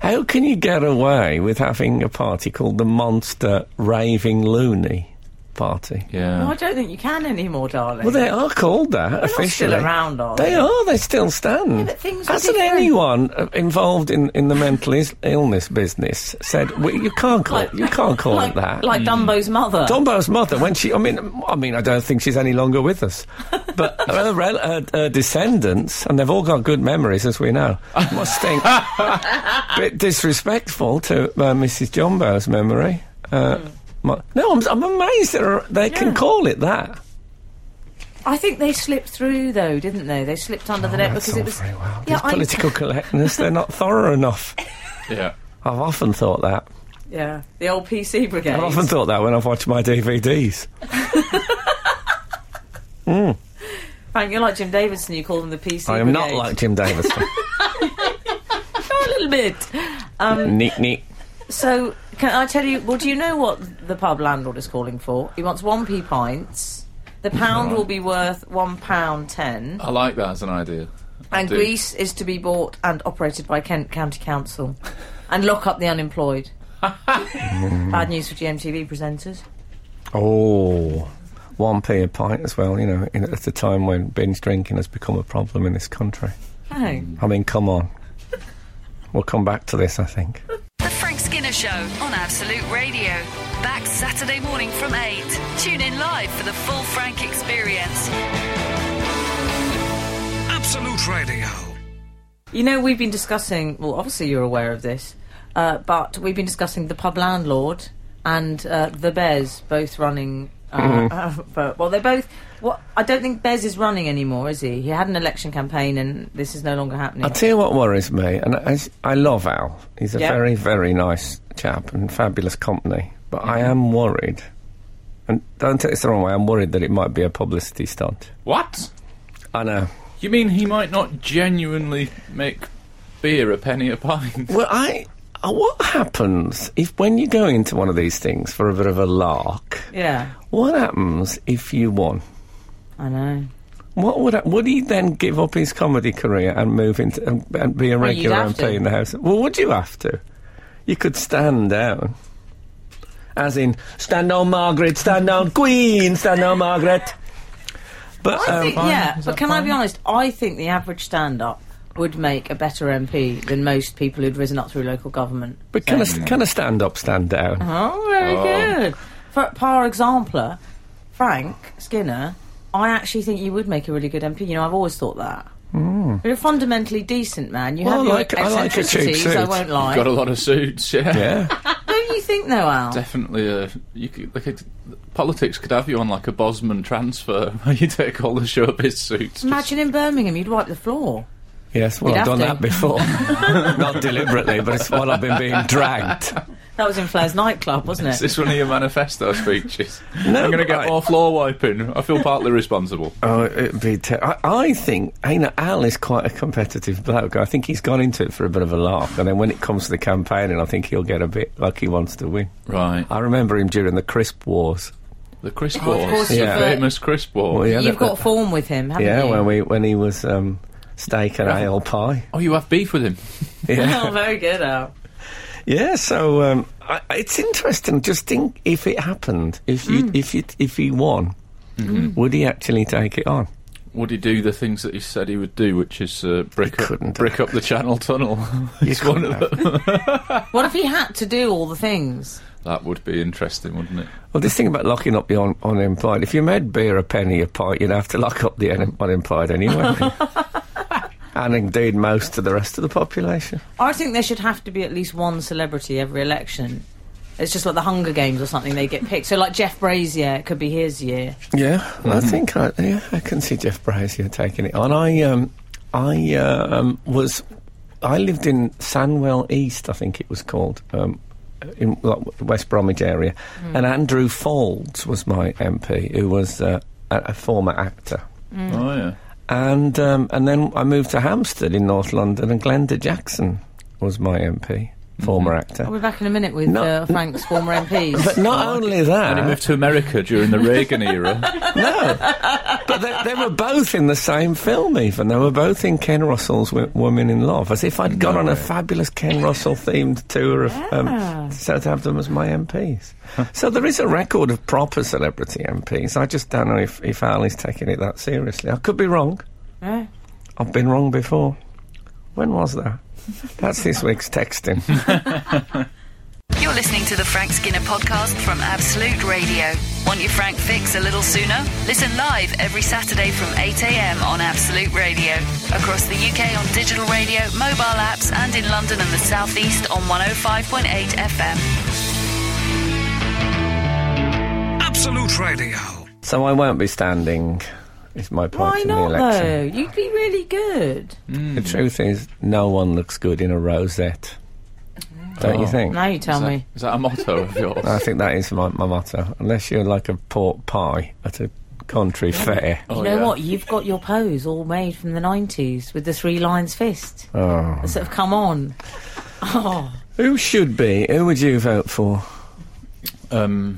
how can you get away with having a party called the Monster Raving Loony? party. Yeah. No, I don't think you can anymore, darling. Well, they are called that still officially. around, are they? they? are. They still stand. but things are Hasn't different. anyone uh, involved in, in the mental is- illness business said "We- you can't call it, you can't call like, it that? Hmm. Like Dumbo's mother. Dumbo's mother, when she, I mean, I mean, I don't think she's any longer with us, but her, rel- her, her descendants, and they've all got good memories, as we know, must think a bit disrespectful to uh, Mrs. Jumbo's memory. Uh, my- no, I'm, I'm amazed that are- they can Hmm. Yeah. call it that. I think they slipped through though, didn't they? They slipped under the net Oh, That's because all it was very well. Yeah, These I- political correctness, they're not thorough enough. yeah. I've often thought that. yeah the old PC brigade. I've often thought that when I've watched my DVDs. Frank, you're like Jim Davidson. You call them the PC. I am not brigade. like Jim Davison. a little bit. neat, neat. So can I tell you? Well, do you know what the pub landlord is calling for? He wants one p pints. The pound will be worth one pound ten, I like that as an idea. I and do. Greece is to be bought and operated by Kent County Council, and lock up the unemployed. Bad news for GMTV presenters. Oh, one p a pint as well. You know, in, at a time when binge drinking has become a problem in this country. Oh. I mean, come on. We'll come back to this, I think. The Frank Skinner Show on Absolute Radio. Back Saturday morning from 8. Tune in live for the full Frank experience. Absolute Radio. You know, we've been discussing. Well, obviously, you're aware of this, uh, but we've been discussing the pub landlord and uh, the Bez, both running. Uh, Mm-hmm. but, well, they're both. What I don't think Bez is running anymore, is he? He had an election campaign, and this is no longer happening. I'll tell you what worries me, and I, I love Al. He's a Yeah. very, very nice chap and fabulous company, but I am worried. And don't take this the wrong way, I'm worried that it might be a publicity stunt. What? I know. You mean he might not genuinely make beer a penny a pint? Well, I. uh, What happens if when you go into one of these things for a bit of a lark? yeah, What happens if you won? I know. What would I, would he then give up his comedy career and move into and, and be a Well, you'd regular have MP to. in the House? Well, would you have to? You could stand down, as in stand on Margaret, stand on Queen, stand on Margaret. But I um, think, yeah, Is but that can I be fine? honest? I think the average stand-up would make a better MP than most people who'd risen up through local government. but can a, can a stand up stand down? Oh, very good. For, par example, Frank Skinner, I actually think you would make a really good MP. You know, I've always thought that. You're a fundamentally decent man. You Mm. Well, have I your like- I like a cheap eccentricities, I suit. won't Got a lie. lot of suits, yeah. Yeah, Don't you think, though, Al? Definitely, uh, you could, they could, politics could have you on like a Bosman transfer where you take all the showbiz suits. Imagine in Birmingham, you'd wipe the floor. yes. Well, You'd I've have done to. that before, not deliberately, but it's while I've been being dragged. That was in Flair's nightclub, wasn't Is it? this one of your manifesto speeches? No, I'm going to but get I- more floor wiping. I feel partly responsible. Oh, it'd be. Ter- I, I think you know Al is quite a competitive bloke. I think he's gone into it for a bit of a laugh, and then when it comes to the campaigning, I think he'll get a bit like he wants to win. Right. I remember him during the crisp wars. The crisp Oh, of wars. course The you've got- famous crisp wars. Well, yeah, You've that- got that- form with him, haven't yeah, you? when we when he was um, steak and ale pie. Oh, you have beef with him? Yeah, Oh, very good, Al. yeah. So um, I, it's interesting. Just think if it happened, if you if you if he won, would he actually take it on? Would he do the things that he said he would do, which is uh, brick, couldn't up, do brick up the Channel Tunnel? It's couldn't one of them. What if he had to do all the things? That would be interesting, wouldn't it? Well, this thing about locking up the un- unemployed. If you made beer a penny a pint, you'd have to lock up the un- unemployed anyway. and indeed, most of the rest of the population. I think there should have to be at least one celebrity every election. It's just like the Hunger Games or something, they get picked. So, like Jeff Brazier, it could be his year. Yeah, I think I, yeah, I can see Jeff Brazier taking it on. I um, I um, was I lived in Sanwell East, I think it was called, um, in like, West Bromwich area, and Andrew Folds was my MP, who was uh, a, a former actor. Mm. Oh, yeah. and um, and then I moved to Hampstead in North London, and Glenda Jackson was my MP. former actor. We're back in a minute with No. uh, Frank's former MPs. But not only And he that, moved to America during the Reagan era. but they, they were both in the same film. Even they were both in Ken Russell's w- Women in Love, as if I'd gone on a fabulous Ken Russell themed tour of Yeah. um, so to have them as my MPs. so there is a record of proper celebrity MPs. I just don't know if if Al is taking it that seriously. I could be wrong. Yeah. I've been wrong before. When was that? That's this week's texting. You're listening to the Frank Skinner podcast from Absolute Radio. Want your Frank fix a little sooner? Listen live every Saturday from 8 a.m. on Absolute Radio. Across the UK on digital radio, mobile apps, and in London and the South East on 105.8 FM. Absolute Radio. so I won't be standing. Is my point Why in not the election. though? You'd be really good. The truth is, no one looks good in a rosette. Don't you Oh. think? Now you tell Is that- me. is that a motto of yours? I think that is my, my motto. Unless you're like a pork pie at a country fair. Oh, you know yeah. what? You've got your pose all made from the nineties with the three lines fist. Oh. Sort of come on. Oh, Who should be? Who would you vote for? Um,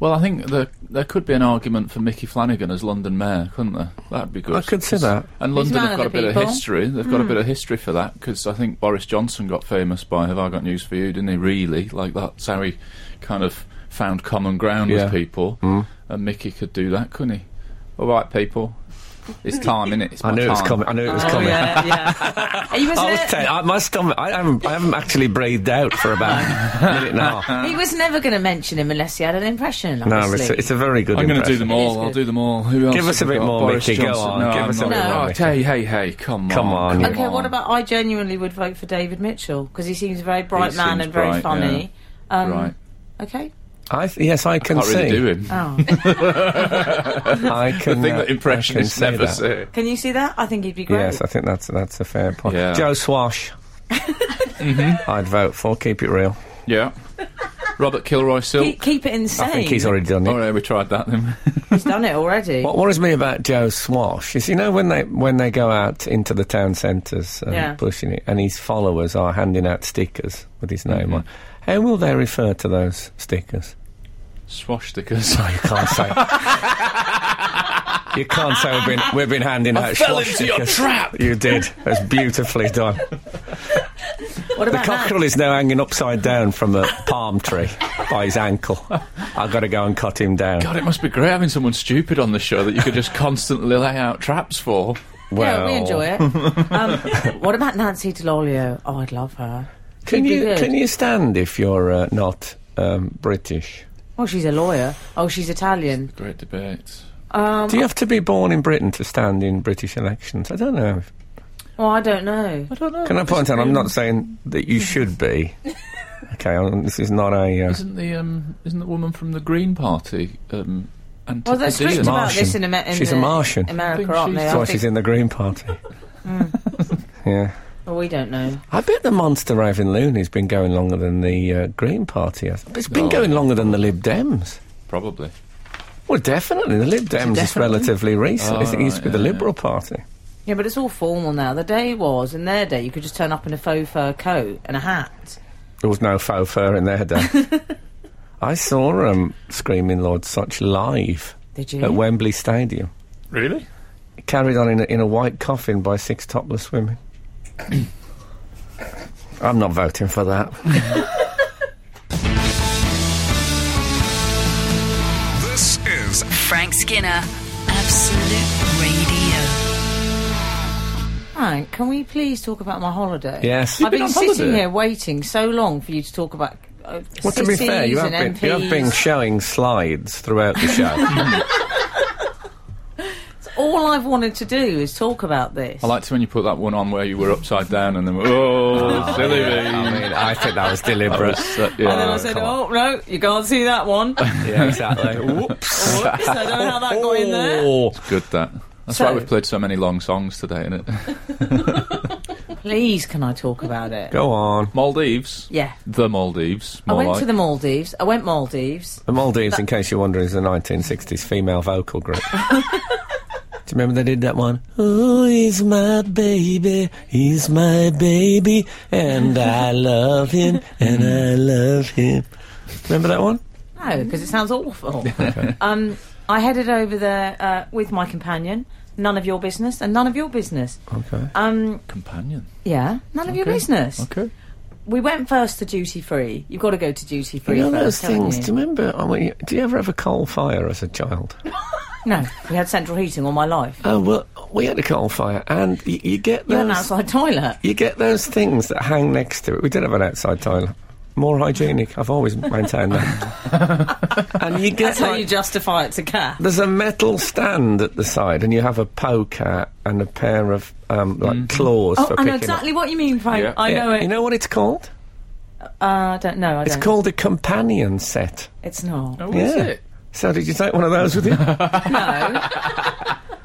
well, I think there, there could be an argument for Mickey Flanagan as London mayor, couldn't there? That'd be good. I could see that. And He's London one have of got the a bit of people. Mm. history. They've got a bit of history for that because I think Boris Johnson got famous by "Have I Got News for You?" Didn't he? Really, like that's how he kind of found common ground Yeah. Mm. with people. And Mickey could do that, couldn't he? All right, people, it's time, innit? It's I my knew it was time. coming. I knew it was oh coming. yeah, yeah. He was, I ne- was te- I, my stomach. I haven't, I haven't actually breathed out for about a minute and a half. he was never going to mention him unless he had an impression. No, Honestly. it's a, it's a very good. I'm going to do impression. them It is all. I'll good. do them all. Who else? Give us a have we bit got? more, Boris Mickey, go Johnson. on, No, give I'm us a not- bit more, Right, Mickey. Hey, hey, hey! Come on. Come on, you- Okay, what about I genuinely would vote for David Mitchell because he seems a very bright He man seems and very bright, funny. Um, Right. Okay. I th- yes, I can Can't see. really do him. Oh, I The can. thing uh, I that can impressionists see never that. say. can you see that? I think he'd be great. Yes, I think that's that's a fair point. Yeah. Joe Swash. I'd vote for. Keep it real. Yeah. Robert Kilroy Keep, Silk. keep it insane. I think he's already done it. Oh, yeah, we tried that then. He's done it already. What worries me about Joe Swash is, you know, when they when they go out into the town centres and Yeah. pushing it, and his followers are handing out stickers with his name on. How will they refer to those stickers? Swashstickers. Oh, you can't say. you can't say we've been we've been handing out. fell into your swastikas. trap. You did. That's beautifully done. What The about that? cockerel is now hanging upside down from a palm tree by his ankle. I've got to go and cut him down. God, it must be great having someone stupid on the show that you could just constantly lay out traps for. Yeah, we enjoy it. um, what about Nancy DeLolio? Oh, I'd love her. Can She'd be you good. can you stand if you're uh, not um, British? Well, she's a lawyer. Oh, she's Italian. Great debate. Um, Do you have to be born in Britain to stand in British elections? I don't know. well, I don't know. I don't know. Can I point out? I'm not saying that you should be. Okay, um, this is not a. Uh, Isn't the um, isn't the woman from the Green Party um, Well, they're strict Antipodean? about Martian. this in, Amer- in She's a the- Martian. America, Think aren't she's- they? that's I why she's think, in the Green Party. yeah, well, we don't know. I bet the monster Raven Looney's been going longer than the uh, Green Party. I th- It's been No. going longer than the Lib Dems. Probably. Well, definitely. The Lib Dems is definitely? relatively recent. Oh, it used to be right, the yeah, Liberal Party. Yeah, but it's all formal now. The day was, in their day, you could just turn up in a faux fur coat and a hat. There was no faux fur in their day. I saw um, Screaming Lord Such live Did at you? Wembley Stadium, Really? carried on in a, in a white coffin by six topless women. I'm not voting for that. This is Frank Skinner, Absolute Radio. Frank, can we please talk about my holiday? Yes. I've been been, on sitting holiday? here waiting so long for you to talk about. Uh, Well, to be fair, you have, cities been, and you have MPs. been showing slides throughout the show. All I've wanted to do is talk about this. I Oh, liked when you put that one on where you were upside down and then went, oh, silly I me. mean, I think that was That deliberate. was, uh, yeah. and then I said, come "Oh no, you can't see that one." yeah, exactly. Whoops. Whoops, I don't know how that got in there. Oh. Good that. That's So- why we've played so many long songs today, isn't it? Please, can I talk about it? Go on. Maldives. Yeah. The Maldives. I More went like. to the Maldives. I went Maldives. The Maldives, in case you're wondering, is a 1960s female vocal group. Do you remember they did that one? Oh, he's my baby, he's my baby, and I love him, and I love him. Remember that one? No, because it sounds awful. um, I headed over there uh, with my companion. None of your business, and none of your business. Okay. Um, Companion. yeah, none of your Okay. business. Okay. We went first to duty free. You've got to go to duty You free. know those first, haven't things. Do you? you remember? I mean, do you ever have a coal fire as a child? No, we had central heating all my life. Oh well, we had a coal fire, and you, you get You're an those. outside toilet. You get those things that hang next to it. We did have an outside toilet. More hygienic. I've always maintained that. and you get That's how like- you justify it's a cat. There's a metal stand at the side, and you have a poker and a pair of um, like claws Oh, for I picking know exactly what you mean, Frank. Yeah. I up. know Yeah, it. You know what it's called? uh, I don't know. I It's don't. called a companion set. It's not. Oh, yeah. So did you take one of those with you? No.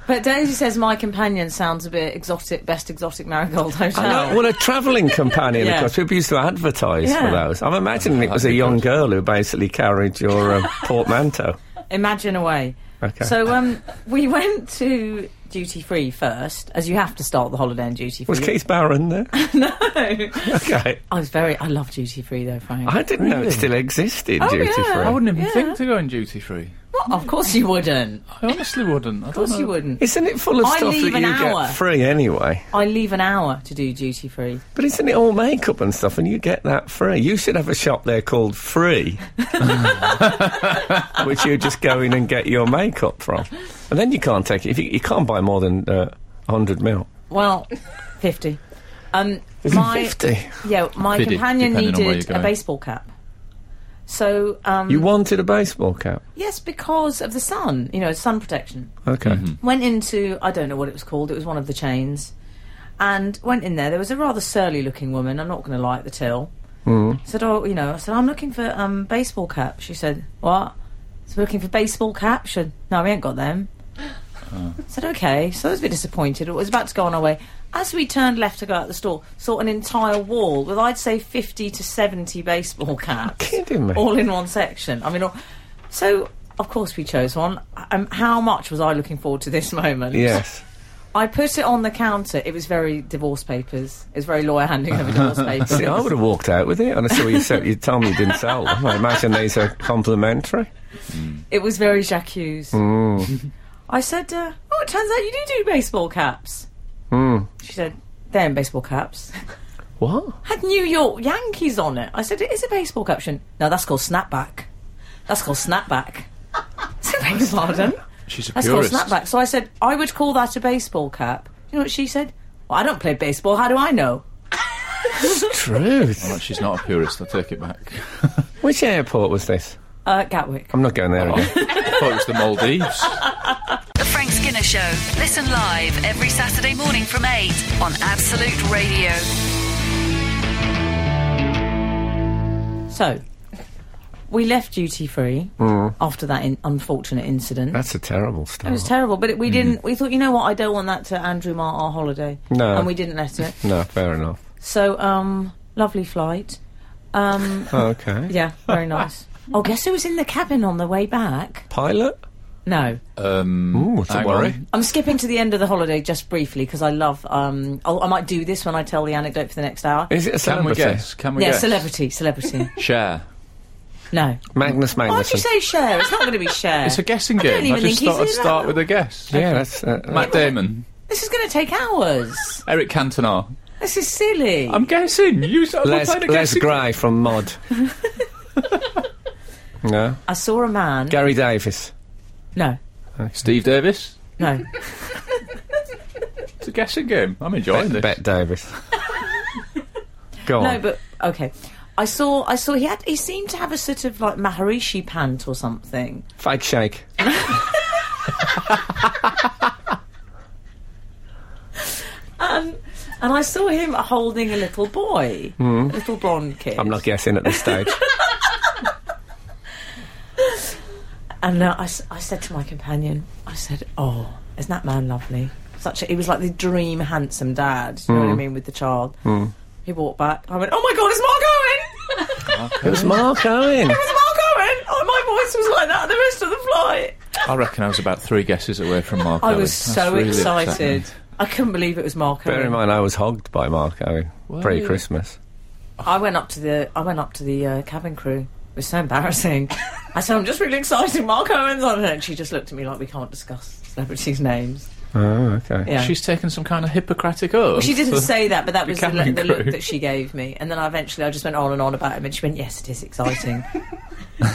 but Daisy says my companion sounds a bit exotic. Best exotic marigold hotel. I know. Well, a travelling companion, Yeah. of course. People used to advertise Yeah. Oh, for those. I'm imagining it was a young girl who basically carried your um, portmanteau. Imagine away. Okay. So um, we went to duty free first, as you have to start the holiday in duty free. Was Keith Barron there? no. okay. I was very. I love duty free though, Frank. I didn't know it Really? still existed, Oh, duty yeah. I free. wouldn't even Yeah. think to go in duty free. What? Of course you wouldn't. I honestly wouldn't. Of Uh-huh. course you wouldn't. Isn't it full of I stuff that leave you an hour. get free anyway? I leave an hour to do duty free. But isn't it all makeup and stuff, and you get that free? You should have a shop there called Free, which you just go in and get your makeup from, and then you can't take it. If you, you can't buy more than uh, hundred mil, Well, fifty. Um, is my it fifty? yeah, my Fifty, depending companion on where needed you're a going. baseball cap. So um, You wanted a baseball cap, yes, because of the sun, you know, sun protection. okay? Went into I don't know what it was called. It was one of the chains, and went in there. There was a rather surly-looking woman. I'm not going to lie at the till. Said, "Oh, you know," I said, "I'm looking for um baseball cap." She said, "What?" So looking for baseball cap? She said, "No, we ain't got them." I said, "Okay." So I was a bit disappointed. I was about to go on our way. As we turned left to go out the store, saw an entire wall with I'd say 50 to 70 baseball caps Kidding me? all in one section. I mean, all- so of course we chose one. Um, how much was I looking forward to this moment? yes. I put it on the counter. It was very divorce papers. It was very lawyer handing over divorce papers. See, I would have walked out with it, and I saw you said you told me you didn't sell them. I imagine these are complimentary. It was very Jacques Hughes. Mm. I said, uh, "Oh, it turns out you do do baseball caps." Mm. She said, "They're in baseball caps." What? Had New York Yankees on it. I said, "It is a baseball cap." She went, No, that's called snapback. That's called snapback. so, beg your pardon. She's a That's purist. called snapback. So I said, I would call that a baseball cap. You know what she said? Well, I don't play baseball. How do I know? Well, Truth. she's not a purist. I take it back. Which airport was this? Uh, Gatwick. I'm not going there again. I thought it was the Maldives. The Frank Skinner Show. Listen live every Saturday morning from 8 on Absolute Radio. So we left duty free after that in- unfortunate incident. Mm. That's a terrible It start. was terrible, but it, we didn't. We thought, you know what? I don't want that to Andrew mar our holiday. No. and we didn't let it. no, fair enough. So, um, lovely flight. Um, Okay. yeah, very nice. Oh, guess who was in the cabin on the way back? Pilot? No, Um, Ooh, it's a hang worry. on. I'm skipping to the end of the holiday just briefly because I love. Um, oh, I might do this when I tell the anecdote for the next hour. Is it a Can we celebrity? guess? Can we yeah, guess? celebrity, celebrity. Share. No, Magnus why'd you Magnuson. say share? It's not going to be share. It's a guessing I don't game. I even just think thought I'd he's in that start one. with a guess. Yeah, that's. Uh, Matt Damon. This is going to take hours. Eric Cantona. This is silly. I'm guessing. You said Les, playing a Les guessing Gray from Mod. no. I saw a man. Gary Davis. No, Steve Davis. no. It's a guessing game. I'm enjoying Bet, this. Bet Davis. Go on. No, but okay. I saw. I saw. He had. He seemed to have a sort of like Maharishi pant or something. Fake shake. Um, and I saw him holding a little boy, Hmm. a little blonde kid. I'm not guessing at this stage. And uh, I, s- I said to my companion, I said, "Oh, isn't that man lovely? Such a, he was like the dream handsome dad. You know Hmm. what I mean with the child." He walked back. I went, "Oh my god, it's Mark Owen!" it was Mark Owen. It's Mark Owen. Oh, my voice was like that the rest of the flight. I reckon I was about three guesses away from Mark. I Owen. was That's so really upsetting. excited. I couldn't believe it was Mark. Bear Owen. in mind, I was hogged by Mark Owen Were pre you? Christmas. I went up to the I went up to the uh, cabin crew. It was so embarrassing. I said, "I'm just really excited. Mark Owen's on it." And she just looked at me like we can't discuss celebrities' names. Oh, okay. Yeah. She's taken some kind of Hippocratic oath. Well, she didn't for- say that, but that the was the, cabin look- the look crew. that she gave me. And then I eventually I just went on and on about him, and she went, "Yes, it is exciting."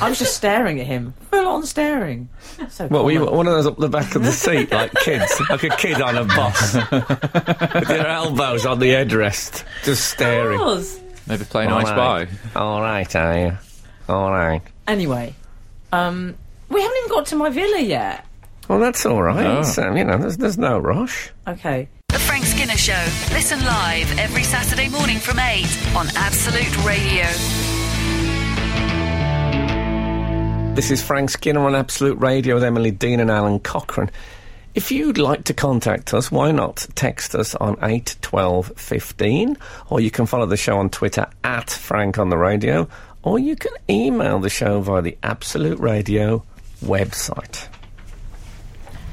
I was just staring at him, full on staring. So What were you, common. one of those up the back of the seat, like kids, like a kid on a bus, with their elbows on the headrest, just staring. Was. Maybe playing I right. Spy. All right, are you? All right. Anyway, um, we haven't even got to my villa yet. Well, that's all right. No. Sam, you know, there's, there's no rush. Okay. The Frank Skinner Show. Listen live every Saturday morning from 8 on Absolute Radio. This is Frank Skinner on Absolute Radio with Emily Dean and Alan Cochrane. If you'd like to contact us, why not text us on 8 12 15? Or you can follow the show on Twitter at Frank on the Radio. Or you can email the show via the Absolute Radio website.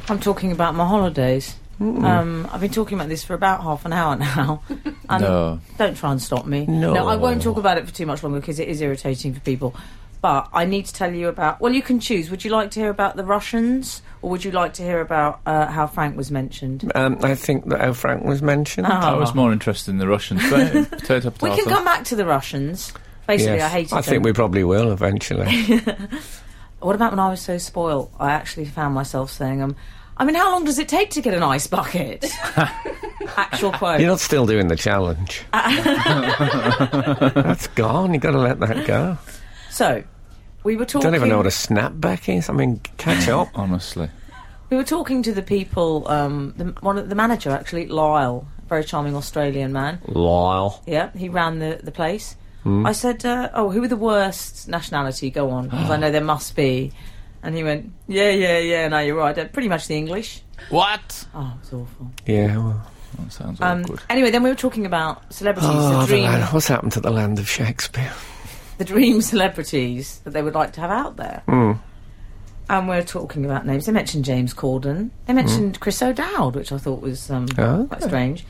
I'm talking about my holidays. Mm. Um, I've been talking about this for about half an hour now. And No. Don't try and stop me. No. I won't talk about it for too much longer because it is irritating for people. But I need to tell you about. Well, you can choose. Would you like to hear about the Russians or would you like to hear about uh, how Frank was mentioned? Um, I think that how Frank was mentioned. Oh. I was more interested in the Russian thing. potato, potato. We can come back to the Russians. Basically, I hated I think them. we probably will eventually. What about when I was so spoiled? I actually found myself saying, um, I mean, how long does it take to get an ice bucket? Actual quote. You're not still doing the challenge. That's gone. You've got to let that go. so, we were talking. Don't even know what a snapback is. I mean, catch up. Honestly. We were talking to the people, um, the, one of the manager actually, Lyle, very charming Australian man. Lyle. Yeah, he ran the the place. I said, uh, "Oh, who are the worst nationality? Go on, 'cause I know there must be." And he went, "Yeah, yeah, yeah. No, you're right. They're pretty much the English." What? Oh, it was awful. Yeah. Well, That sounds Um, awkward. anyway, then we were talking about celebrities, oh, the the dream, land- what's happened to the land of Shakespeare? the dream celebrities that they would like to have out there. Hmm. And we're talking about names. They mentioned James Corden. They mentioned Chris O'Dowd, which I thought was um, Hmm. Oh. quite strange.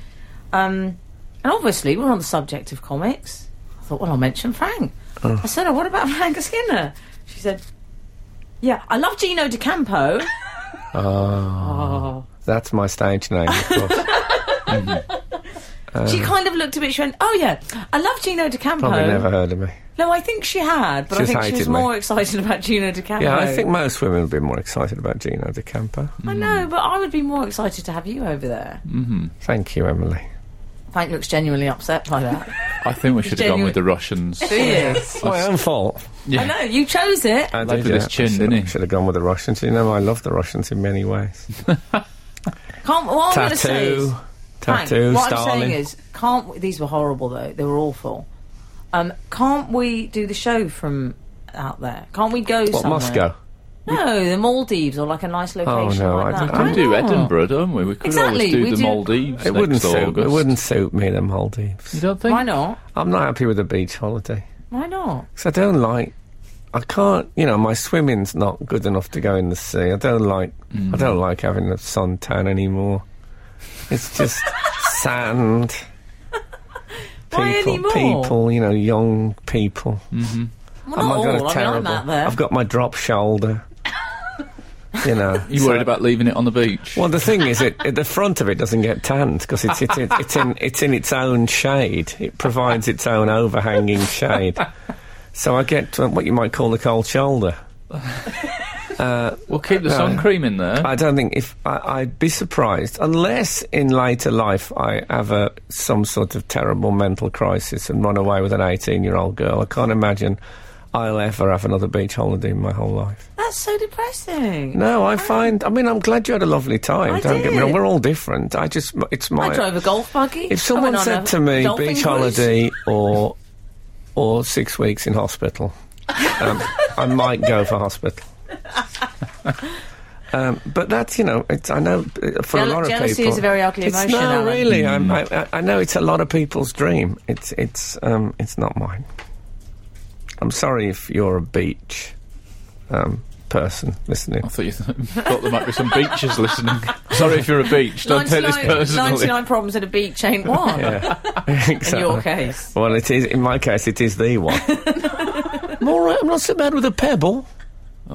Um, and obviously, we're on the subject of comics. I thought, well, I'll mention Frank. I said, oh, what about Frank Skinner? She said, yeah, I love Gino DiCampo. oh. That's my stage name, of course. She kind of looked a bit, she went, oh, yeah, I love Gino DiCampo. Oh. Probably never heard of me. No, I think she had, She but I just think she was hated me. more excited about Gino DiCampo. Yeah, I think most women would be more excited about Gino De Campo. I know, but I would be more excited to have you over there. Thank you, Emily. Frank looks genuinely upset by that. I think we should have gone genuine- with the Russians. Do you? It's my own fault. I know, you chose it. I Led with his chin, should, didn't he? Should have gone with the Russians. You know, I love the Russians in many ways. Can't, what I'm going to say is, Tattoo, tattoo, Frank, what I'm Stalin. saying is, can't we, these were horrible though? They were awful. Um, can't we do the show from out there? Can't we go what, somewhere? Moscow? Oh, No, the Maldives or like a nice location no, like I that. don't We can Why do not? Edinburgh, don't we? We could Oh. Exactly, always do we the do- Maldives It next wouldn't suit. August. It wouldn't suit me, the Maldives. You don't think? Why not? I'm not happy with a beach holiday. Why not? Because I don't like. I can't. You know, my swimming's not good enough to go in the sea. I don't like. Mm. I don't like having a suntan anymore. It's just sand. People, Why anymore? people, you know, young people. Well, not all. I mean, I'm out there. I've got my drop shoulder. you know, You worried about leaving it on the beach? Well, the thing is, it, it- the front of it doesn't get tanned because it's, it's, it's, it's, in, it's in its own shade. It provides its own overhanging shade. So I get uh, what you might call the cold shoulder. We'll keep the sun cream in there. I don't think if I, I'd be surprised unless in later life I have a, some sort of terrible mental crisis and run away with an 18-year-old girl. I can't imagine I'll ever have another beach holiday in my whole life. That's so depressing. No, I find. I mean, I'm glad you had a lovely time. I don't get me did. wrong. We're all different. I just, it's my. I drove a golf buggy. If I someone went on said a to me dolphin beach cruise. holiday or or six weeks in hospital, um, I might go for hospital. Um, but that's you know it's, I know uh, for Jeal- a lot of jealousy people is a very ugly it's, emotion, No, Alan. really, I'm, I, I- I know it's a lot of people's dream. It's it's um, it's not mine. I'm sorry if you're a beach um, person listening. I thought you th- thought there might be some beaches listening. Sorry if you're a beach. Don't take this 99 personally. 99 problems at a beach ain't one. Yeah, In exactly. your case. Well, it is. In my case, it is the one. I'm all right. I'm not so bad with a pebble.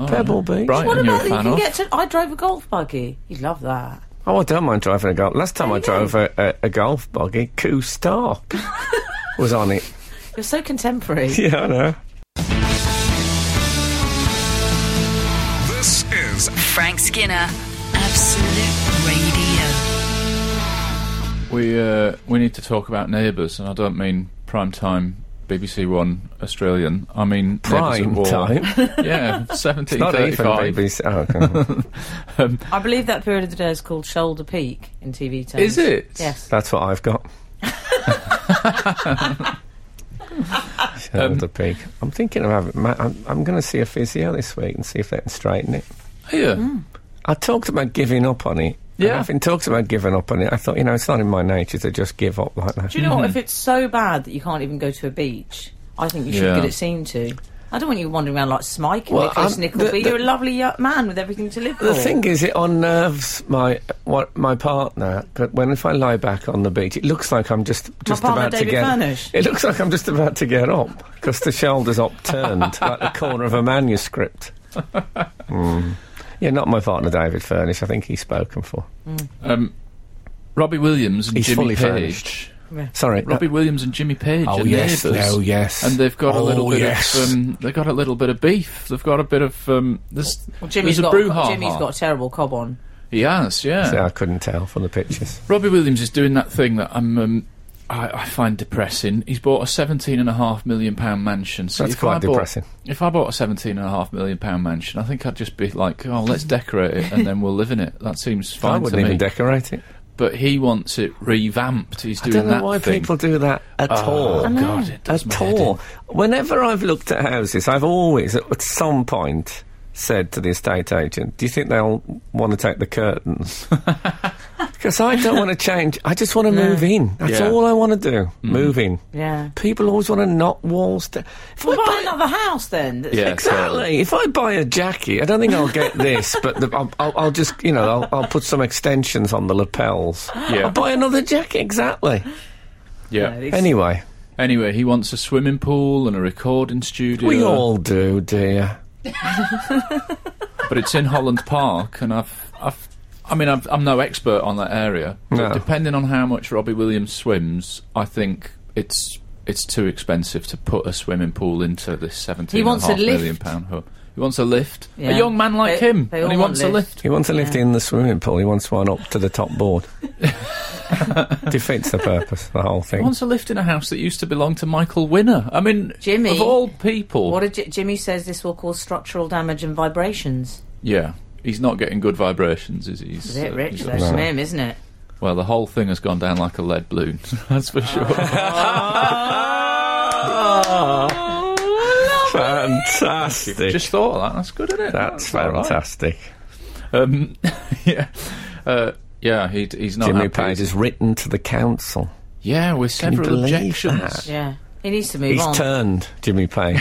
pebble beach. Brighton, What you're a about that you fan can of. get to? I drove a golf buggy. You'd love that. Oh, I don't mind driving a golf. Last time I you go. drove a, a, a golf buggy, Coup Star was on it. You're so contemporary. Yeah, I know. This is Frank Skinner, Absolute Radio. We uh, we need to talk about neighbours, and I don't mean prime time BBC One Australian. I mean Prime Neighbours at War. time. Yeah, seventeen Not even thirty-five. BBC. Oh, okay. I believe that period of the day is called shoulder peak in TV terms. Is it? Yes. That's what I've got. Shoulder peak. I'm thinking of having. My, I'm, I'm going to see a physio this week and see if they can straighten it. Yeah. Hmm. I talked about giving up on it. And Yeah. having talked about giving up on it, I thought, you know, it's not in my nature to just give up like that. Do you know what? If it's so bad that you can't even go to a beach, I think you should Yeah. get it seen to. I don't want you wandering around like Smike and Well, Nicholas I'm- Nickleby. the- the- You're a lovely uh, man with everything to live for. Oh. The thing is, it unnerves my what my partner. But when if I lie back on the beach, it looks like I'm just just partner, about David to get. Furnish. It looks like I'm just about to get up because the shoulders upturned like the corner of a manuscript. Mm. Yeah, not my partner, David Furnish. I think he's spoken for. Um, Robbie Williams and He's fully Jimmy Page. furnished. Sorry, Robbie uh, Williams and Jimmy Page Oh, are yes, neighbours. no, yes. And they've got a Oh, little bit yes. of um, they've got a little bit of beef. They've got a bit of um, there's, Well, Jimmy's there's a got brouhaha. Jimmy's got a terrible cob on. He has, yeah. see, I couldn't tell from the pictures. Robbie Williams is doing that thing that I'm. Um, I, I find depressing. He's bought a seventeen and a half million pound mansion. So That's if quite I bought- depressing. If I bought a seventeen and a half million pound mansion, I think I'd just be like, "Oh, let's decorate it and then we'll live in it." That seems fine I to wouldn't me. even decorate it. but he wants it revamped. He's I doing don't know that why thing. people do that at all. Oh God! It does my at head all. in. Whenever I've looked at houses, I've always, at at some point, said to the estate agent, "Do you think they'll want to take the curtains?" Because I don't want to change. I just want to move in. That's Yeah. Mm. all I want to do. Move in. Yeah. People always want to knock walls down. If I What buy- about another house then? That's- Yeah, totally. Exactly. If I buy a jackie, I don't think I'll get this, but the, I'll, I'll, I'll just, you know, I'll, I'll put some extensions on the lapels. Yeah. I'll buy another jacket, exactly. Yeah. Yeah, it's- Anyway, Anyway, he wants a swimming pool and a recording studio. we all do, dear. but it's in Holland Park, and I've, I've I mean, I've, I'm no expert on that area. But No. Depending on how much Robbie Williams swims, I think it's it's too expensive to put a swimming pool into this seventeen He wants and half a lift. million pound hut. He wants a lift. Yeah. A young man like They- him, they and he all want wants a lifts. lift. He wants a lift in the swimming pool. He wants one up to the top board. Defeats the purpose, of the whole He thing. wants a lift in a house that used to belong to Michael Winner. I mean, Jimmy. of all people, What did J- Jimmy says this will cause structural damage and vibrations. yeah. He's not getting good vibrations, is he? He's, Is it uh, rich? he's That's upset. from him, isn't it? Well, the whole thing has gone down like a lead balloon. That's for sure. Ah, Oh. Fantastic. Just thought of that. That's good, isn't it? That's all right. fantastic. Um, yeah, uh, yeah. He, he's not Jimmy happy. Page has written to the council. Yeah, with you several believe objections. that? Yeah. He needs to move He's on. turned, Jimmy Page.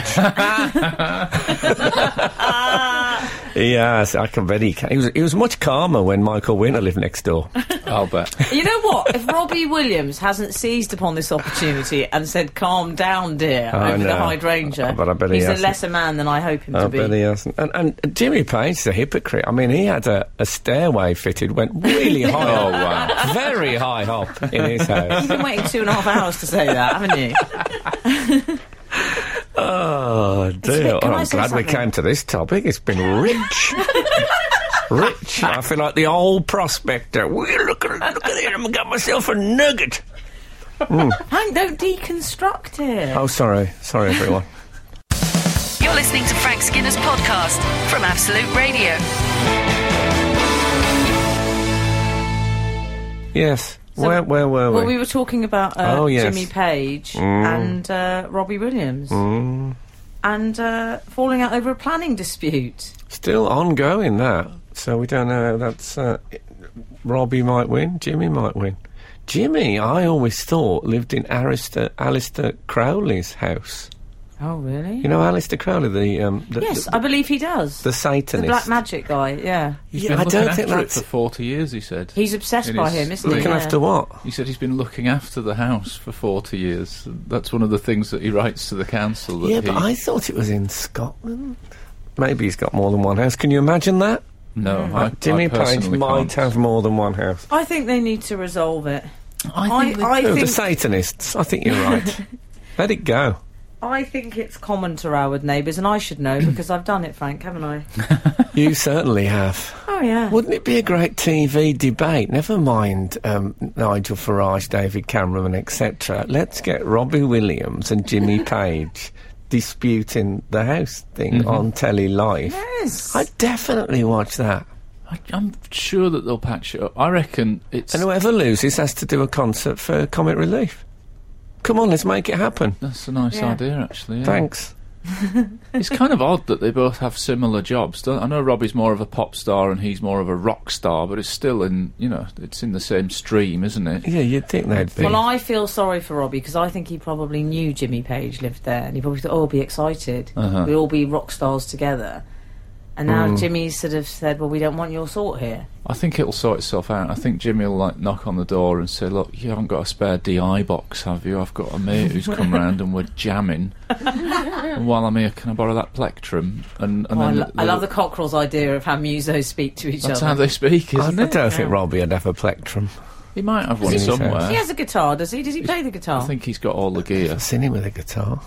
yes, I can bet he can. He was, he was much calmer when Michael Winter lived next door. I'll bet. You know what? If Robbie Williams hasn't seized upon this opportunity and said, "Calm down, dear," I over the know. hydrangea, But I bet he he's hasn't. a lesser man than I hope him I to be. bet he hasn't. And, and Jimmy Page's a hypocrite. I mean, he had a, a stairway fitted, went really high Oh up. wow. Very high up in his house. You've been waiting two and a half hours to say that, haven't you? Oh dear! bit- can Oh, I I'm say glad we something? came to this topic. It's been rich, rich. I feel like the old prospector. We're looking, look at here. I've got myself a nugget. Hank, don't deconstruct it. Oh, sorry, sorry, everyone. You're listening to Frank Skinner's podcast from Absolute Radio. yes, where where were we? Well, we were talking about uh, Oh, yes. Mm. Jimmy Page and uh, Robbie Williams. And uh, falling out over a planning dispute. Still ongoing that. So we don't know. That's uh, Robbie might win. Jimmy might win. Jimmy, I always thought lived in Arista, Alistair Crowley's house. Oh, really? You know Alistair Crowley, the um, the, yes, the, I believe he does. the The, Satanist. black magic guy, yeah. He's Yeah, been I looking don't think after that's it for forty years. He said He's obsessed It by is. him, isn't he? looking yeah. after what? He said he's been looking after the house for 40 years. That's one of the things that he writes to the council. That yeah, he, but I thought it was in Scotland. Maybe he's got more than one house. Can you imagine that? no, I, I Hmm. Jimmy Page personally might can't. have more than one house. I think they need to resolve it. I I, think I Oh, the think Satanists. I think you're right. Let it go. I think it's common to row with neighbours, and I should know because I've done it, Frank, haven't I? You certainly have. Oh yeah. Wouldn't it be a great TV debate? Never mind um, Nigel Farage, David Cameron, etc. Let's get Robbie Williams and Jimmy Page disputing the house thing on telly live. Yes. I'd definitely watch that. I, I'm sure that they'll patch it up. I reckon it's. And whoever loses has to do a concert for Comic Relief. Come on, let's make it happen. That's a nice Yeah. idea, actually. yeah. Thanks. It's kind of odd that they both have similar jobs. Don't, I know Robbie's more of a pop star and he's more of a rock star, but it's still in you know it's in the same stream, isn't it? Yeah, you'd think they'd be. well, I feel sorry for Robbie because I think he probably knew Jimmy Page lived there, and he probably thought, "Oh, I'll be excited. Uh-huh. We'll all be rock stars together." And now Jimmy's sort of said, "Well, we don't want your sort here." I think it'll sort itself out. I think Jimmy will like knock on the door and say, "Look, you haven't got a spare DI box, have you? I've got a mate who's come round and we're jamming. and while I'm here, can I borrow that plectrum?" And, and Oh, I, then lo- I the- love the cockerel's idea of how musos speak to each That's other. how they speak, I, I isn't don't it? think Robbie would have a plectrum. He might have one He- somewhere. he has a guitar, does he? Does he play the guitar? I think he's got all the gear. I've seen him with a guitar.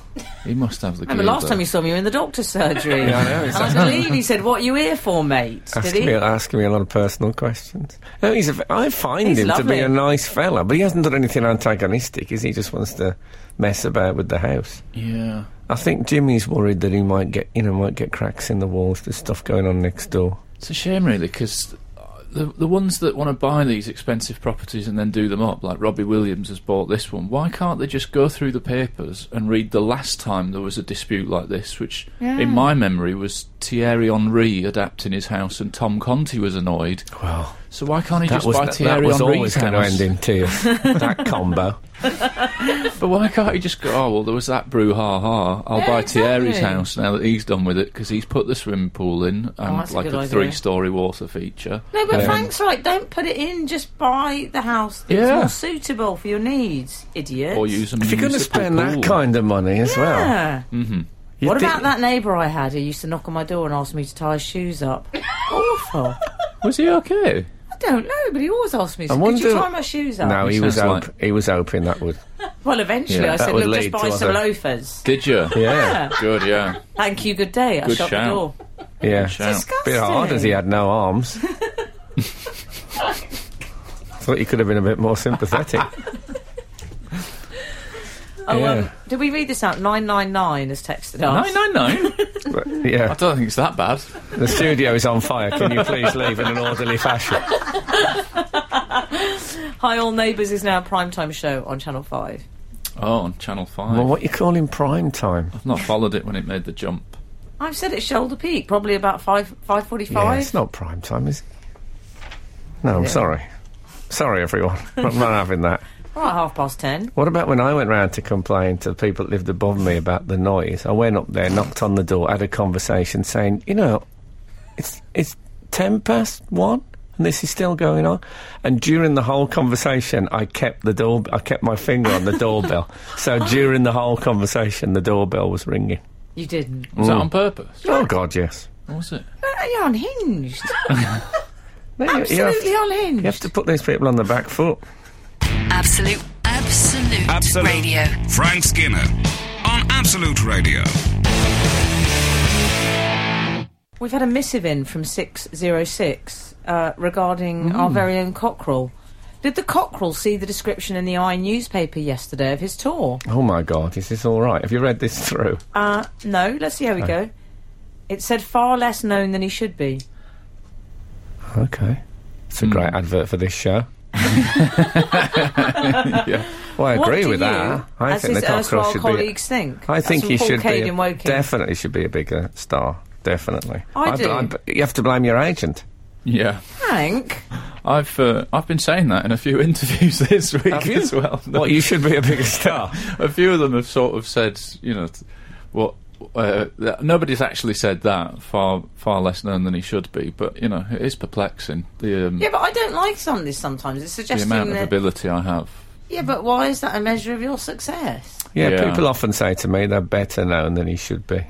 He must have the I gear. remember last though. time you saw me you were in the doctor's surgery. Yeah, I know, And I believe he said, "What are you here for, mate?" Did asking he? me, asking me a lot of personal questions. No, he's a, v- I find He's him to lovely. be a nice fella, but he hasn't done anything antagonistic, is he? He just wants to mess about with the house. Yeah. I think Jimmy's worried that he might get, you know, might get cracks in the walls. There's stuff going on next door. It's a shame, really, because the the ones that want to buy these expensive properties and then do them up, like Robbie Williams has bought this one. Why can't they just go through the papers and read the last time there was a dispute like this, which in my memory was Thierry Henry adapting his house and Tom Conti was annoyed. Well, So why can't he that just was, buy that, that Thierry was Henry's always going to house? end in tears. that combo. But why can't he just go? Oh well, there was that brouhaha. I'll Yeah, buy Thierry's exactly. house now that he's done with it because he's put the swimming pool in and Oh, that's a like good a, idea. three-story water feature. No, but Um, Frank's right. Don't put it in. Just buy the house that's Yeah. more suitable for your needs, idiot. Or use a If you're going to municipal spend that pool. kind of money as well, Yeah. you'd What think- about that neighbour I had who used to knock on my door and ask me to tie his shoes up? Awful. Was he okay? I don't know, but he always asked me, I "Could you wonder- tie my shoes up?" No, he Sounds was like- hope, he was hoping that would. Well, eventually, Yeah, I that said, would "Look, just lead buy to some other- loafers." Did you? Yeah, Good, yeah. Thank you. Good day. I Good shut shout. the door. yeah. Shout. bit hard as he had no arms. Thought you could have been a bit more sympathetic. Oh, Yeah. um, did we read this out? Nine nine nine has texted Nine us. nine nine. But, I yeah, don't think it's that bad. the studio is on fire. Can you please leave in an orderly fashion? Hi, all neighbours is now a primetime show on Channel Five. Oh, on Channel Five. Well, what you call in prime time? I've not followed it when it made the jump. I've said it's shoulder peak, probably about five five forty Yeah, five. it's not prime time, is it? No, I'm sorry. Sorry, everyone. I'm not having that. Right, half past ten. What about when I went round to complain to the people that lived above me about the noise? I went up there, knocked on the door, had a conversation saying, you know, it's it's ten past one and this is still going on. And during the whole conversation I kept the door I kept my finger on the doorbell. So during the whole conversation the doorbell was ringing. You didn't. Was that on purpose? Oh god, yes. Or was it? Oh, You're unhinged. No, you- you, have Absolutely to, unhinged. you have to put these people on the back foot. Absolute, absolute, Absolute. radio. Frank Skinner on Absolute Radio. We've had a missive in from 606 uh, regarding Mm. our very own Cockerel. Did the Cockerel see the description in the i newspaper yesterday of his tour? Oh my god, is this all right? Have you read this through? Uh, no, let's see how we go. It said far less known than he should be. Okay. It's a great advert for this show. yeah. Well, I What agree do with you, that. I as think the his cockerel erstwhile should be. colleagues think. I That's think from he Paul should Cade be in Woking. definitely should be a bigger star. Definitely. I do. you have to blame your agent. Yeah. Hank, I've uh, I've been saying that in a few interviews this week Have you? as well. No. What you should be a bigger star. a few of them have sort of said, you know, t- What? Uh, th- nobody's actually said that. Far far less known than he should be. But you know, it is perplexing. The um, Yeah, but I don't like some of this sometimes. It's the suggesting amount of that. ability I have. yeah, but why is that a measure of your success? Yeah, Yeah. people often say to me they're better known than he should be.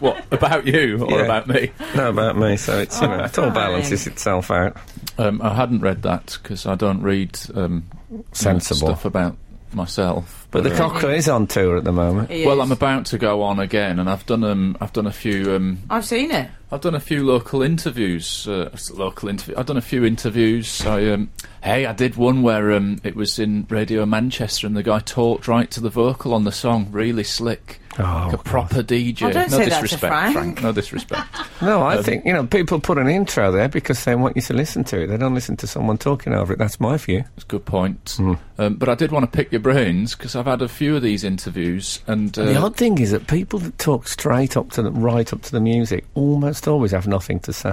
What about you or Yeah. about me? Not about me, so it's you know, it all fine. balances itself out. Um, I hadn't read that because I don't read um, you know, Sensible. stuff about myself. But the uh, Cochrane is on tour at the moment. He Well, is. I'm about to go on again, and I've done um, I've done a few um, I've seen it. I've done a few local interviews. Uh, s- local interview. I've done a few interviews. I um, hey, I did one where um, it was in Radio Manchester, and the guy talked right to the vocal on the song, really slick, Oh, like a God. proper DJ. Oh, don't no say that to disrespect, Frank. No disrespect. No, I think you know people put an intro there because they want you to listen to it. They don't listen to someone talking over it. That's my view. It's a good point. Mm-hmm. Um, but I did want to pick your brains because I've had a few of these interviews, and uh, the odd thing is that people that talk straight up to the right up to the music almost always have nothing to say.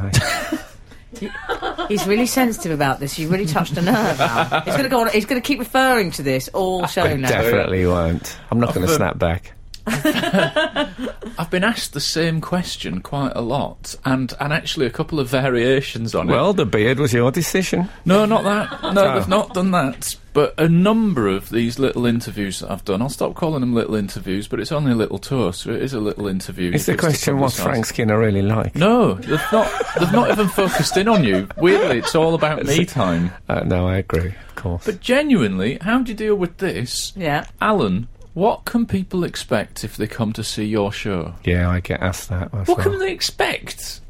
He's really sensitive about this. You really touched a nerve. Al. He's going to go on. He's going to keep referring to this Ah, all show now. Definitely won't. I'm not going to snap back. I've been asked the same question quite a lot, and and actually a couple of variations on it. Well, the beard was your decision. No, not that. No, Oh. they've not done that. But a number of these little interviews that I've done, I'll stop calling them little interviews, but it's only a little tour, so it is a little interview. Is the It's to question what publicise. Frank Skinner really like? No, they've not. They've not even focused in on you. Weirdly, it's all about me time. Uh, no, I agree, of course. But genuinely, how do you deal with this? Yeah. Alan, what can people expect if they come to see your show? yeah, I get asked that myself. What can they expect?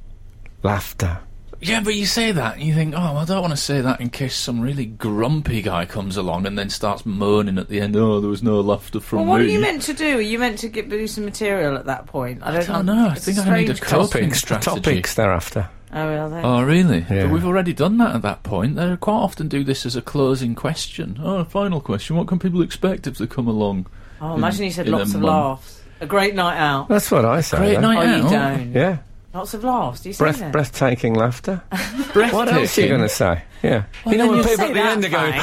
Laughter. Yeah, but you say that and you think, oh, I don't want to say that in case some really grumpy guy comes along and then starts moaning at the end, oh, there was no laughter from Well, what are me. you meant to do? Are you meant to get, do some material at that point? I don't, I don't know. I it's think I need a strange coping Topics. strategy. Topics thereafter. Oh, well, there. Oh, really? Yeah. But we've already done that at that point. They quite often do this as a closing question. Oh, a final question. What can people expect if they come along? oh, imagine you Uh, said in a lots of month. laughs. A great night out. That's what I say. Great though. night Oh, you out. don't. Yeah. Lots of laughs. Do you say Breath, that? breathtaking laughter. What Breathtaking. else are you going to say? Yeah. you know then when you'll people say at the that, end are going,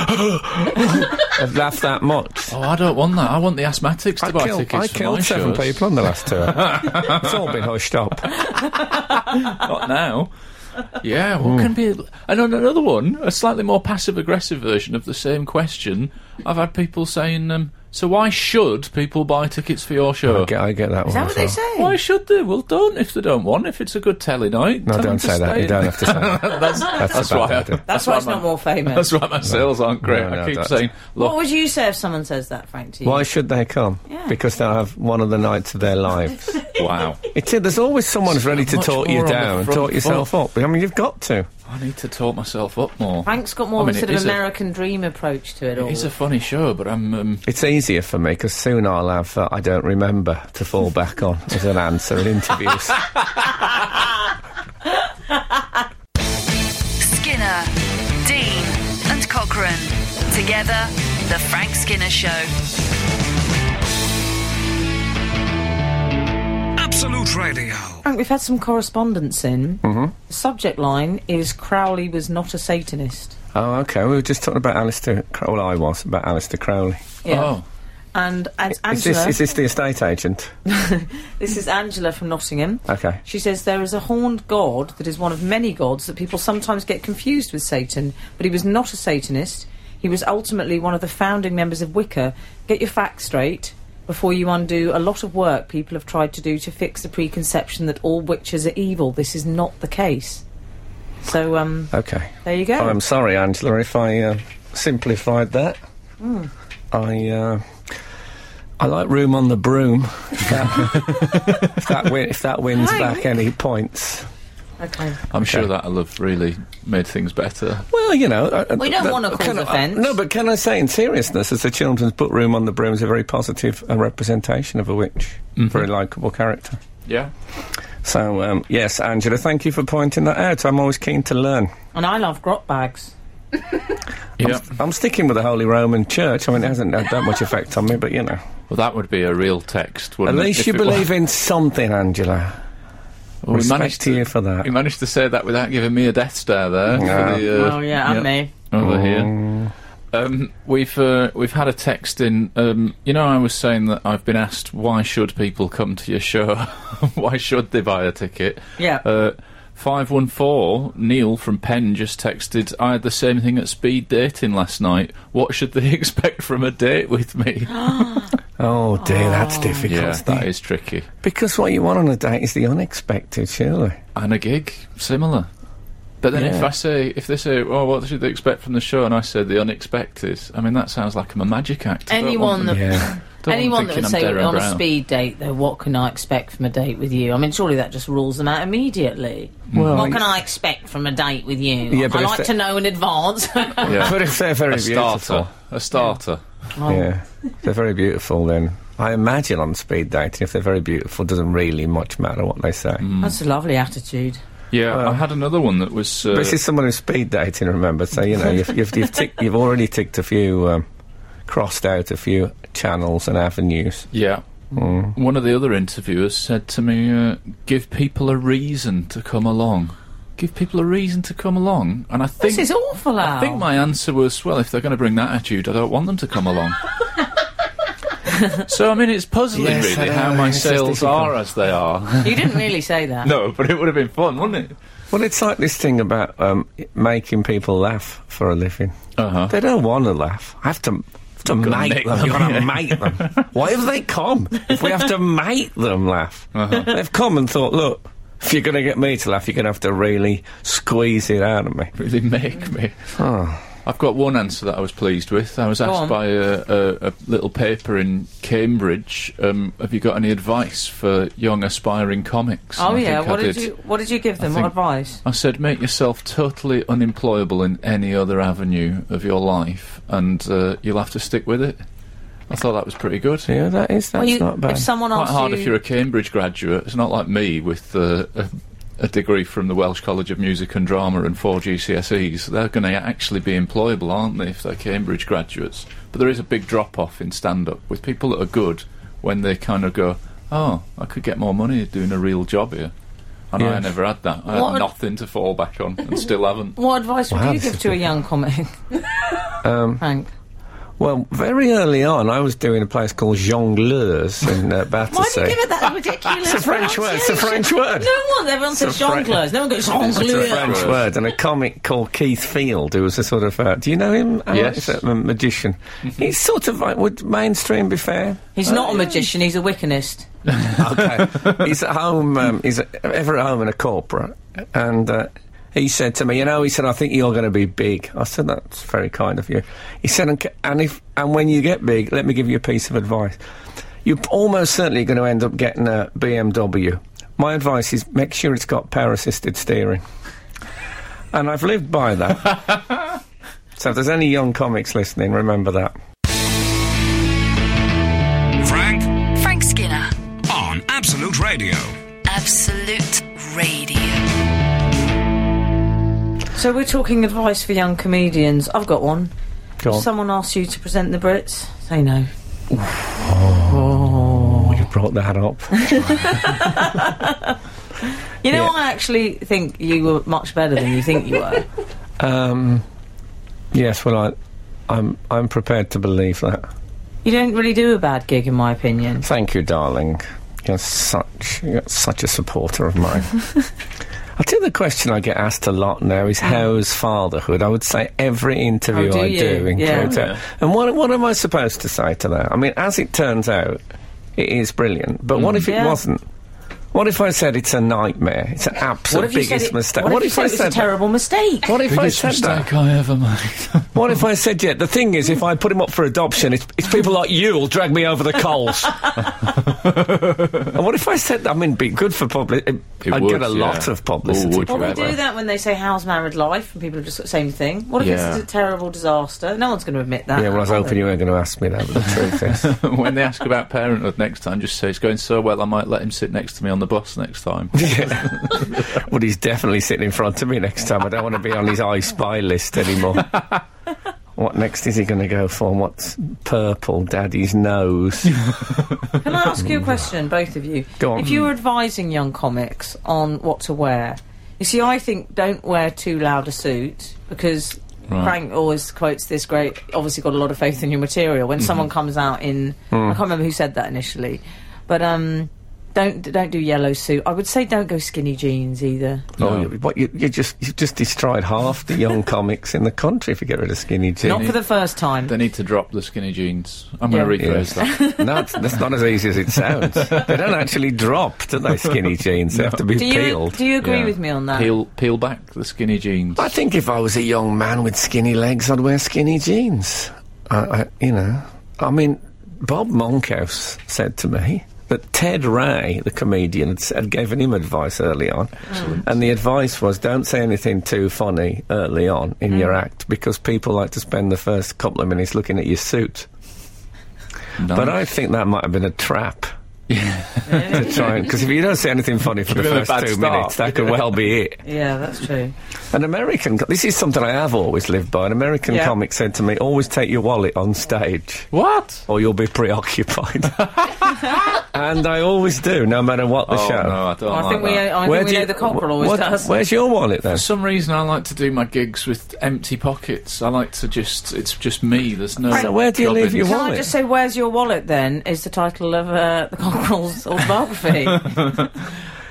I've laughed that much. Oh, I don't want that. I want the asthmatics to I buy killed, tickets I for killed my seven shows. people on the last tour. it's all been hushed up. Not now. Yeah, Hmm. what can be? And on another one, a slightly more passive-aggressive version of the same question, I've had people saying, um, "So why should people buy tickets for your show? I get, I get that one. Is that what as they well. say? Why should they? Well, don't if they don't want. If it's a good telly night, No, tell them don't to say that. stay You in. don't have to say that. that's That's that's a bad why. I, idea. That's That's why it's my- not more famous. That's why my sales aren't great. No, no, I keep that's- saying, What look, would you say if someone says that, Frank? To you? Why should they come? Yeah. Because they'll have one of the nights of their lives. wow, It's it. There's always someone who's ready to Much talk more you on the down, front talk yourself up. I mean, you've got to. I need to talk myself up more. Frank's got more I mean, of a it sort of is a- American dream approach to it all. It's a funny show, but I'm. Um, It's easier for me because soon I'll have uh, I don't remember to fall back on as an answer in interviews. Skinner, Dean, and Cochrane. Together, The Frank Skinner Show. Absolute Radio. Frank, we've had some correspondence in. Mm-hmm. The subject line is Crowley was not a Satanist. oh, okay. We were just talking about Alistair. Crow- Well, I was about Alistair Crowley. Oh, And as Is Angela, this is this the estate agent? this is Angela from Nottingham. Okay. She says there is a horned god that is one of many gods that people sometimes get confused with Satan, but he was not a Satanist. He was ultimately one of the founding members of Wicca. Get your facts straight before you undo a lot of work people have tried to do to fix the preconception that all witches are evil. This is not the case. So, um, Okay. there you go. I'm sorry, Angela, if I uh, simplified that. Hmm. I uh, I like room on the broom. if that- if that win- if that wins back any points. okay. I'm sure that'll have really made things better. Well, you know, I- I- We don't but- wanna cause can I- offence. No, but can I say, in seriousness, as the children's book room on the broom is a very positive uh, representation of a witch, very Mm-hmm. likable character. Yeah. So, um, yes, Angela, thank you for pointing that out. I'm always keen to learn. And I love grot bags. Yeah. I'm sticking with the Holy Roman Church. I mean, it hasn't had that much effect on me, but you know. Well, that would be a real text, At wouldn't it? least if you it was- believe in something, Angela. Well, we Respect managed to you for that. You managed to say that without giving me a death stare there. Yeah. For the, uh, oh yeah, and yeah, me. Over here. Um, we've uh, we've had a text in. Um, you know, I was saying that I've been asked why should people come to your show? why should they buy a ticket? Yeah. Uh, Five one four Neil from Penn just texted. I had the same thing at speed dating last night. What should they expect from a date with me? Oh dear, that's difficult. yeah, isn't that it? is tricky. Because what you want on a date is the unexpected, surely. And a gig similar. But then if Yeah. I say if they say, "Oh, what should they expect from the show?" and I said the unexpected, I mean that sounds like I'm a magic actor. I don't want Anyone them- that Yeah. don't want them anyone that thinking would I'm say Darren on a Brown. speed date, though, what can I expect from a date with you? I mean, surely that just rules them out immediately. Mm. Well, what can I expect from a date with you? Yeah, but I if Mm. like they- to know in advance. Yeah. But if they're very a beautiful, starter. A starter. yeah, If they're very beautiful. Then I imagine on speed dating, if they're very beautiful, it doesn't really much matter what they say. That's a lovely attitude. Yeah, I had another one that was. Uh, But this is someone who's speed dating, remember? So you know, you've you've, you've, tick, you've already ticked a few, um, crossed out a few channels and avenues. yeah. One of the other interviewers said to me, uh, "Give people a reason to come along. Give people a reason to come along." And I think This is awful, Al. I think my answer was, "Well, if they're going to bring that attitude, I don't want them to come along." so I mean, it's puzzling Yes, I really know, how my it's just sales difficult. are as they are. you didn't really say that. no, but it would have been fun, wouldn't it? Well, it's like this thing about um, making people laugh for a living. Uh huh. They don't want to laugh. I have to. have To Gotta make make them, them, gotta yeah. make them. Why have they come? If we have to make them laugh, Uh-huh. they've come and thought, look, if you're going to get me to laugh, you're going to have to really squeeze it out of me. Oh, really make me. I've got one answer that I was pleased with. I was on. asked by a, a, a little paper in Cambridge, um, "Have you got any advice for young aspiring comics?" Oh And I yeah, think I what did. did. you What did you give them? think- What advice? I said, make yourself totally unemployable in any other avenue of your life, and uh, you'll have to stick with it. I thought that was pretty good. Yeah, that is that's you, not bad. If someone Quite asked hard you, if you're a Cambridge graduate. It's not like me with uh, a, a degree from the Welsh College of Music and Drama and four GCSEs. They're going to actually be employable, aren't they, if they're Cambridge graduates? But there is a big drop off in stand up with people that are good when they kind of go, oh, I could get more money doing a real job here. And Yeah. I never had that. I What- had nothing to fall back on and still haven't. what advice would Wow, you this give is to a young comic? Um, Frank, Well, very early on, I was doing a place called Jongleurs in uh, why did Battersea. you give it that it's ridiculous? a French word. It's a French pronunciation? word. No one. Everyone says a Fran- jongleurs. No one goes It's a jongleurs. French word, and a comic called Keith Field, who was a sort of. Uh, do you know him? Alex? Yes. He's a ma- magician. He's sort of. Like, would mainstream be fair? He's not a magician. He's a Wiccanist. okay. he's at home. Um, he's ever at home in a corporate, and uh, he said to me, "You know," he said, "I think you're going to be big." I said, "That's very kind of you." He said, "And, c- and if and when you get big, let me give you a piece of advice. You're p- almost certainly going to end up getting a BMW. My advice is make sure it's got power-assisted steering." And I've lived by that. so if there's any young comics listening, remember that. Frank Frank Skinner, on Absolute Radio. Absolute Radio. So we're talking advice for young comedians. I've got one. Go on. If someone asks you to present the Brits, say no. you brought that up. You know, Yeah. I actually think you were much better than you think you were. Um, yes, well, I, I'm I'm prepared to believe that. you don't really do a bad gig, in my opinion. Thank you, darling. You're such you're such a supporter of mine. I think the question I get asked a lot now is how's fatherhood. I would say every interview Mm. Oh, do I you? do Yeah. includes that. And what what am I supposed to say to that? I mean, as it turns out, it is brilliant. But what if it Mm. Yeah. wasn't? What if I said it's a nightmare? It's an What absolute if you biggest said it, mistake. What, if, you I said it was a said? that? terrible mistake? What if I Biggest said that? mistake I ever made. What if I said, yeah, the thing is, if I put him up for adoption, it's, it's people like you will drag me over the coals. and what if I said, I mean, be good for publicity. It I'd would, get a yeah. lot of publicity. Or would Well, you we ever? do that when they say "How's married life?" and people are just the same thing. What if Yeah. this is a terrible disaster? No one's going to admit that. yeah, well, I was hoping you weren't going to ask me that, but the truth is. when they ask about parenthood next time, just say it's going so well, I might let him sit next to me on the bus next time. Yeah. well, he's definitely sitting in front of me next time. I don't want to be on his I spy list anymore. what next is he going to go for? What's purple daddy's nose? Can I ask you a question, both of you? Go on. If you were advising young comics on what to wear, you see, I think don't wear too loud a suit because Right. Frank always quotes this great. Obviously, got a lot of faith in your material. When someone comes out in, I can't remember who said that initially, but um, don't don't do yellow suit. I would say don't go skinny jeans either. Oh, No. you- what you, you just you just destroyed half the young comics in the country if you get rid of skinny Not jeans. for the first time. They need to drop the skinny jeans. I'm going to Yeah. rephrase that. no, it's- that's not as easy as it sounds. they don't actually drop, do they? Skinny jeans they have to be do you peeled. do you agree Yeah. with me on that? Peel, peel back the skinny jeans. I think if I was a young man with skinny legs, I'd wear skinny jeans. I, I, you know, I mean, Bob Monkhouse said to me that Ted Ray, the comedian, had, s- had given him advice early on, Mm. and the advice was don't say anything too funny early on in Mm. your act because people like to spend the first couple of minutes looking at your suit. Nice. But I think that might have been a trap. to try because if you don't say anything funny for the them a first bad two start. minutes, that could well be it. Yeah, that's true. An American, co- this is something I have always lived by. An American Yeah. comic said to me, always take your wallet on stage what? or you'll be preoccupied. and I always do, no matter what the Oh, show. no, I don't I like think we uh, that. I think we know the cockerel always what- does. Where's your wallet then? For some reason, I like to do my gigs with empty pockets. I like to just, it's just me. There's no. So where do you leave jobbins. your Can wallet? I just say, where's your wallet? Then is the title of uh, the cockerel's autobiography.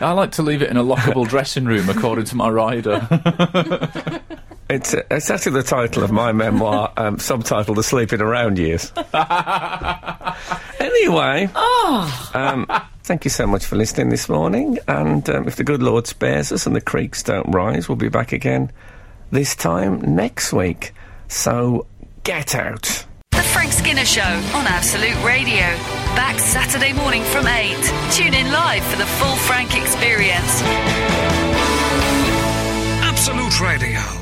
I like to leave it in a lockable dressing room, according to my rider. It's, uh, it's actually the title of my memoir, um, subtitled The Sleeping Around Years. anyway, um, thank you so much for listening this morning. And um, if the good Lord spares us and the creeks don't rise, we'll be back again this time next week. So get out. The Frank Skinner Show on Absolute Radio. Back Saturday morning from 8. Tune in live for the full Frank experience. Absolute Radio.